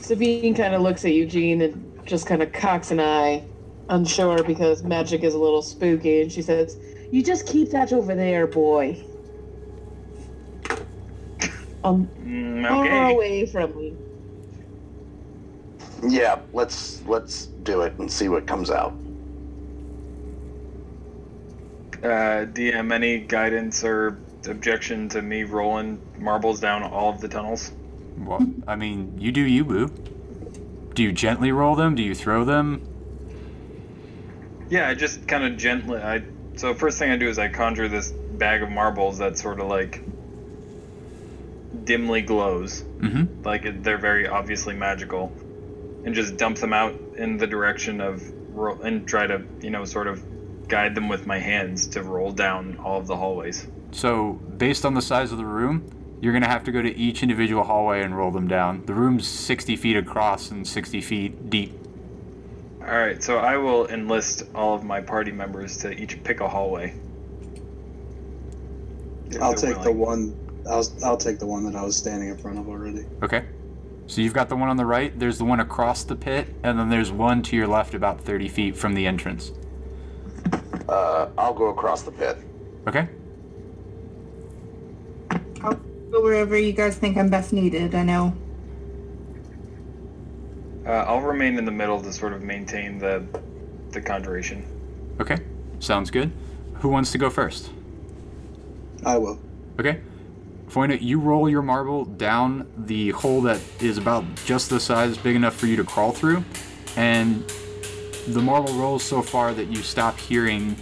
Speaker 4: Sabine kind of looks at Eugene and just kind of cocks an eye, unsure because magic is a little spooky, and she says, "You just keep that over there, boy. Um,
Speaker 5: Mm,
Speaker 4: far
Speaker 2: Oh,
Speaker 5: okay.
Speaker 4: away from me."
Speaker 2: Yeah, let's let's do it and see what comes out.
Speaker 5: Uh, DM, any guidance or objection to me rolling marbles down all of the tunnels?
Speaker 1: Well, I mean, you do you, boo. Do you gently roll them? Do you throw them?
Speaker 5: Yeah, I just kind of gently. I so first thing I do is I conjure this bag of marbles that sort of like dimly glows,
Speaker 1: Mm-hmm.
Speaker 5: like they're very obviously magical, and just dump them out in the direction of roll and try to you know sort of guide them with my hands to roll down all of the hallways.
Speaker 1: So, based on the size of the room, you're gonna have to go to each individual hallway and roll them down. The room's 60 feet across and 60 feet deep.
Speaker 5: All right, so I will enlist all of my party members to each pick a hallway. If
Speaker 8: I'll
Speaker 5: they're
Speaker 8: take the
Speaker 5: willing.
Speaker 8: one. I'll I'll take the one that I was standing in front of already.
Speaker 1: Okay. So you've got the one on the right. There's the one across the pit, and then there's one to your left, about 30 feet from the entrance.
Speaker 2: Uh, I'll go across the pit.
Speaker 1: Okay.
Speaker 3: I'll go wherever you guys think I'm best needed. I know.
Speaker 5: Uh, I'll remain in the middle to sort of maintain the the conjuration.
Speaker 1: Okay. Sounds good. Who wants to go first?
Speaker 8: I will.
Speaker 1: Okay. Foyna, you roll your marble down the hole that is about just the size big enough for you to crawl through, and the marble rolls so far that you stop hearing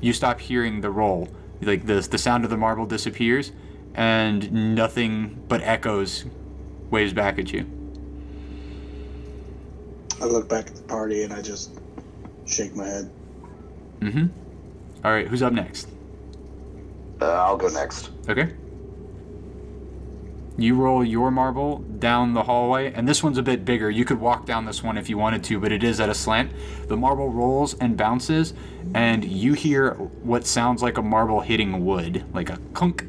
Speaker 1: you stop hearing the roll. Like the the sound of the marble disappears and nothing but echoes waves back at you.
Speaker 8: I look back at the party and I just shake my head.
Speaker 1: Mm-hmm. Alright, who's up next?
Speaker 2: Uh, I'll go next.
Speaker 1: Okay. You roll your marble down the hallway, and this one's a bit bigger. You could walk down this one if you wanted to, but it is at a slant. The marble rolls and bounces, and you hear what sounds like a marble hitting wood, like a clunk.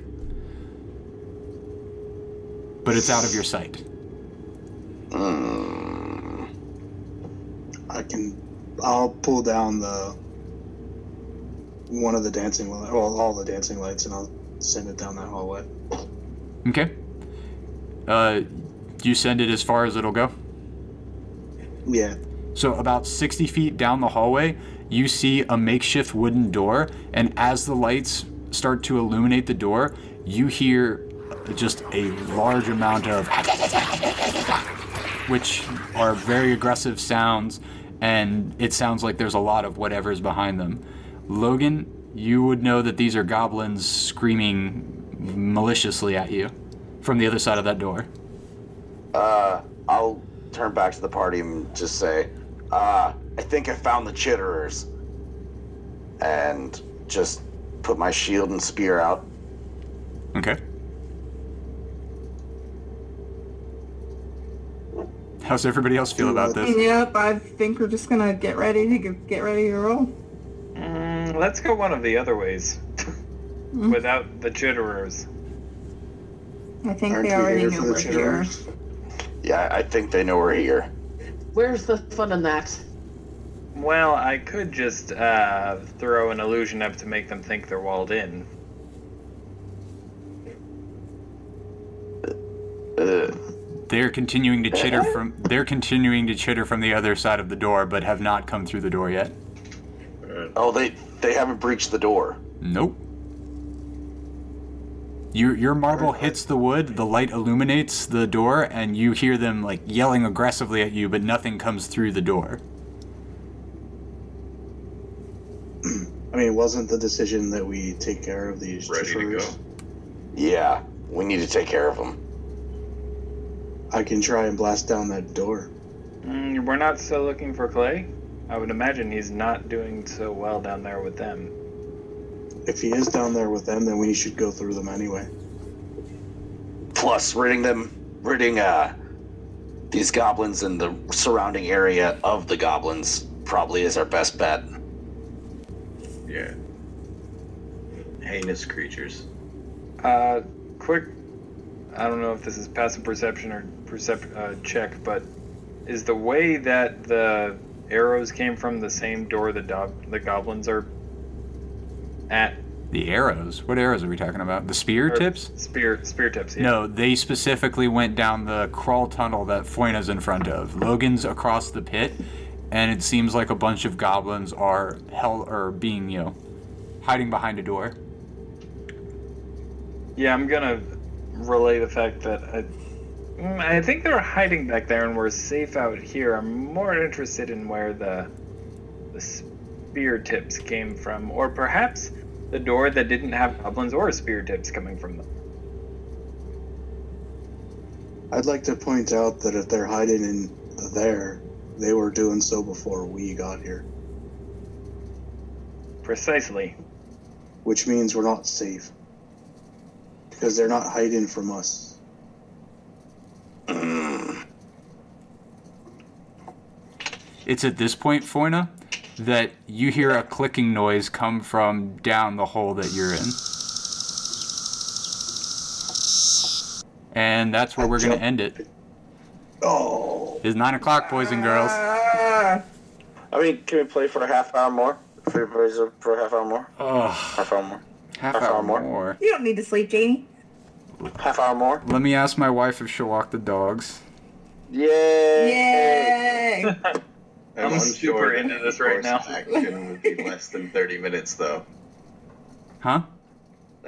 Speaker 1: But it's out of your sight.
Speaker 8: I can. I'll pull down the one of the dancing lights, well, all the dancing lights, and I'll send it down that hallway.
Speaker 1: Okay. Uh, you send it as far as it'll go.
Speaker 8: Yeah.
Speaker 1: So, about 60 feet down the hallway, you see a makeshift wooden door, and as the lights start to illuminate the door, you hear just a large amount of which are very aggressive sounds, and it sounds like there's a lot of whatever is behind them. Logan, you would know that these are goblins screaming maliciously at you from the other side of that door.
Speaker 2: Uh, I'll turn back to the party and just say, uh, I think I found the chitterers. And just put my shield and spear out.
Speaker 1: Okay. How's everybody else feel about this?
Speaker 3: Yep, I think we're just gonna get ready to g- get ready to roll.
Speaker 5: Mm, let's go one of the other ways. Without the chitterers.
Speaker 3: I think
Speaker 8: Aren't
Speaker 3: they
Speaker 8: we
Speaker 3: already
Speaker 8: here
Speaker 3: knew
Speaker 8: for the
Speaker 3: we're here.
Speaker 8: chitterers?
Speaker 2: Yeah, I think they know we're here.
Speaker 4: Where's the fun in that?
Speaker 5: Well, I could just uh, throw an illusion up to make them think they're walled in.
Speaker 2: Ugh.
Speaker 1: They're continuing to chitter from they're continuing to chitter from the other side of the door, but have not come through the door yet.
Speaker 2: Oh, they they haven't breached the door.
Speaker 1: Nope. Your your marble hits the wood, the light illuminates the door, and you hear them like yelling aggressively at you, but nothing comes through the door.
Speaker 8: I mean, wasn't the decision that we take care of these
Speaker 7: Ready to
Speaker 8: chitterers?
Speaker 7: go.
Speaker 2: Yeah, we need to take care of them.
Speaker 8: I can try and blast down that door.
Speaker 5: Mm, we're not still looking for Clay. I would imagine he's not doing so well down there with them.
Speaker 8: If he is down there with them, then we should go through them anyway.
Speaker 2: Plus, ridding them, ridding uh, these goblins in the surrounding area of the goblins probably is our best bet.
Speaker 7: Yeah. Heinous creatures.
Speaker 5: Uh, quick. I don't know if this is passive perception or percep- uh, check, but is the way that the arrows came from the same door the, dob- the goblins are at?
Speaker 1: The arrows. What arrows are we talking about? The spear
Speaker 5: or
Speaker 1: tips?
Speaker 5: Spear, spear tips. Yeah.
Speaker 1: No, they specifically went down the crawl tunnel that Foyna's in front of. Logan's across the pit, and it seems like a bunch of goblins are hell or being, you know, hiding behind a door.
Speaker 5: Yeah, I'm gonna relay the fact that I, Mm, I think they're hiding back there, and we're safe out here. I'm more interested in where the the spear tips came from, or perhaps the door that didn't have goblins or spear tips coming from them.
Speaker 8: I'd like to point out that if they're hiding in there, they were doing so before we got here,
Speaker 5: Precisely.
Speaker 8: which means we're not safe. Because they're not hiding from us.
Speaker 2: Mm.
Speaker 1: It's at this point, Foyna, that you hear a clicking noise come from down the hole that you're in. And that's where we're going to end it.
Speaker 8: Oh!
Speaker 1: It's 9 o'clock, boys and girls.
Speaker 3: Ah,
Speaker 2: I mean, can we play for a half hour more? If we play for a half hour more,
Speaker 1: Oh,
Speaker 2: half hour more,
Speaker 1: half hour more.
Speaker 3: you don't need to sleep, Jamie.
Speaker 2: half hour more.
Speaker 1: Let me ask my wife if she'll walk the dogs.
Speaker 2: Yay!
Speaker 3: Yay!
Speaker 5: I'm super
Speaker 7: that
Speaker 5: into this
Speaker 7: the
Speaker 5: right
Speaker 7: course
Speaker 5: now.
Speaker 7: of Action would be less than 30 minutes, though.
Speaker 1: Huh?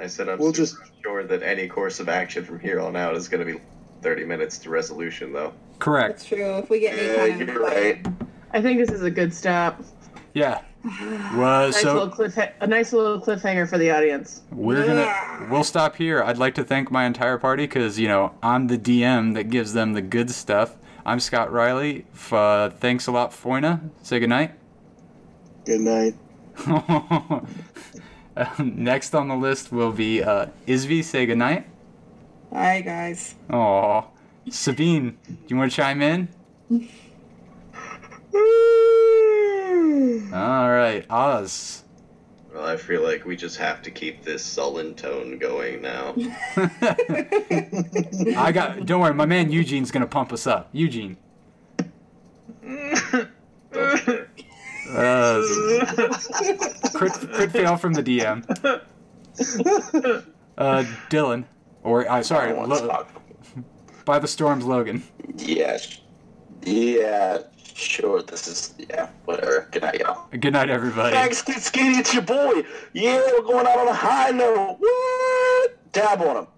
Speaker 7: I said I'm
Speaker 8: We'll
Speaker 7: super
Speaker 8: just-
Speaker 7: sure that any course of action from here on out is going to be 30 minutes to resolution, though.
Speaker 1: Correct.
Speaker 3: That's true. If we get
Speaker 2: Yeah,
Speaker 3: any kind of
Speaker 2: you're right.
Speaker 4: I think this is a good stop.
Speaker 1: Yeah. Well,
Speaker 4: Nice
Speaker 1: so
Speaker 4: little cliffha- a nice little cliffhanger for the audience.
Speaker 1: we're gonna we'll stop here. I'd like to thank my entire party because you know I'm the DM that gives them the good stuff. I'm Scott Riley. F- uh, thanks a lot, Foyna. Say goodnight.
Speaker 8: Good night.
Speaker 1: Next on the list will be uh, Isvi. Say goodnight.
Speaker 3: Hi guys.
Speaker 1: Aw. Sabine, do you want to chime in? All right, Oz.
Speaker 7: Well, I feel like we just have to keep this sullen tone going now.
Speaker 1: I got. Don't worry, my man Eugene's gonna pump us up. Eugene.
Speaker 7: Don't care.
Speaker 1: Uh, crit, crit fail from the DM. Uh, Dylan, or uh, sorry,
Speaker 11: One
Speaker 1: Lo-
Speaker 11: spot.
Speaker 1: by the storms, Logan.
Speaker 11: Yeah. Yeah. Sure. This is yeah. Whatever. Good night, y'all.
Speaker 1: Good night, everybody.
Speaker 2: Thanks, Skitty. It's your boy. Yeah, we're going out on a high note. What? Dab on him.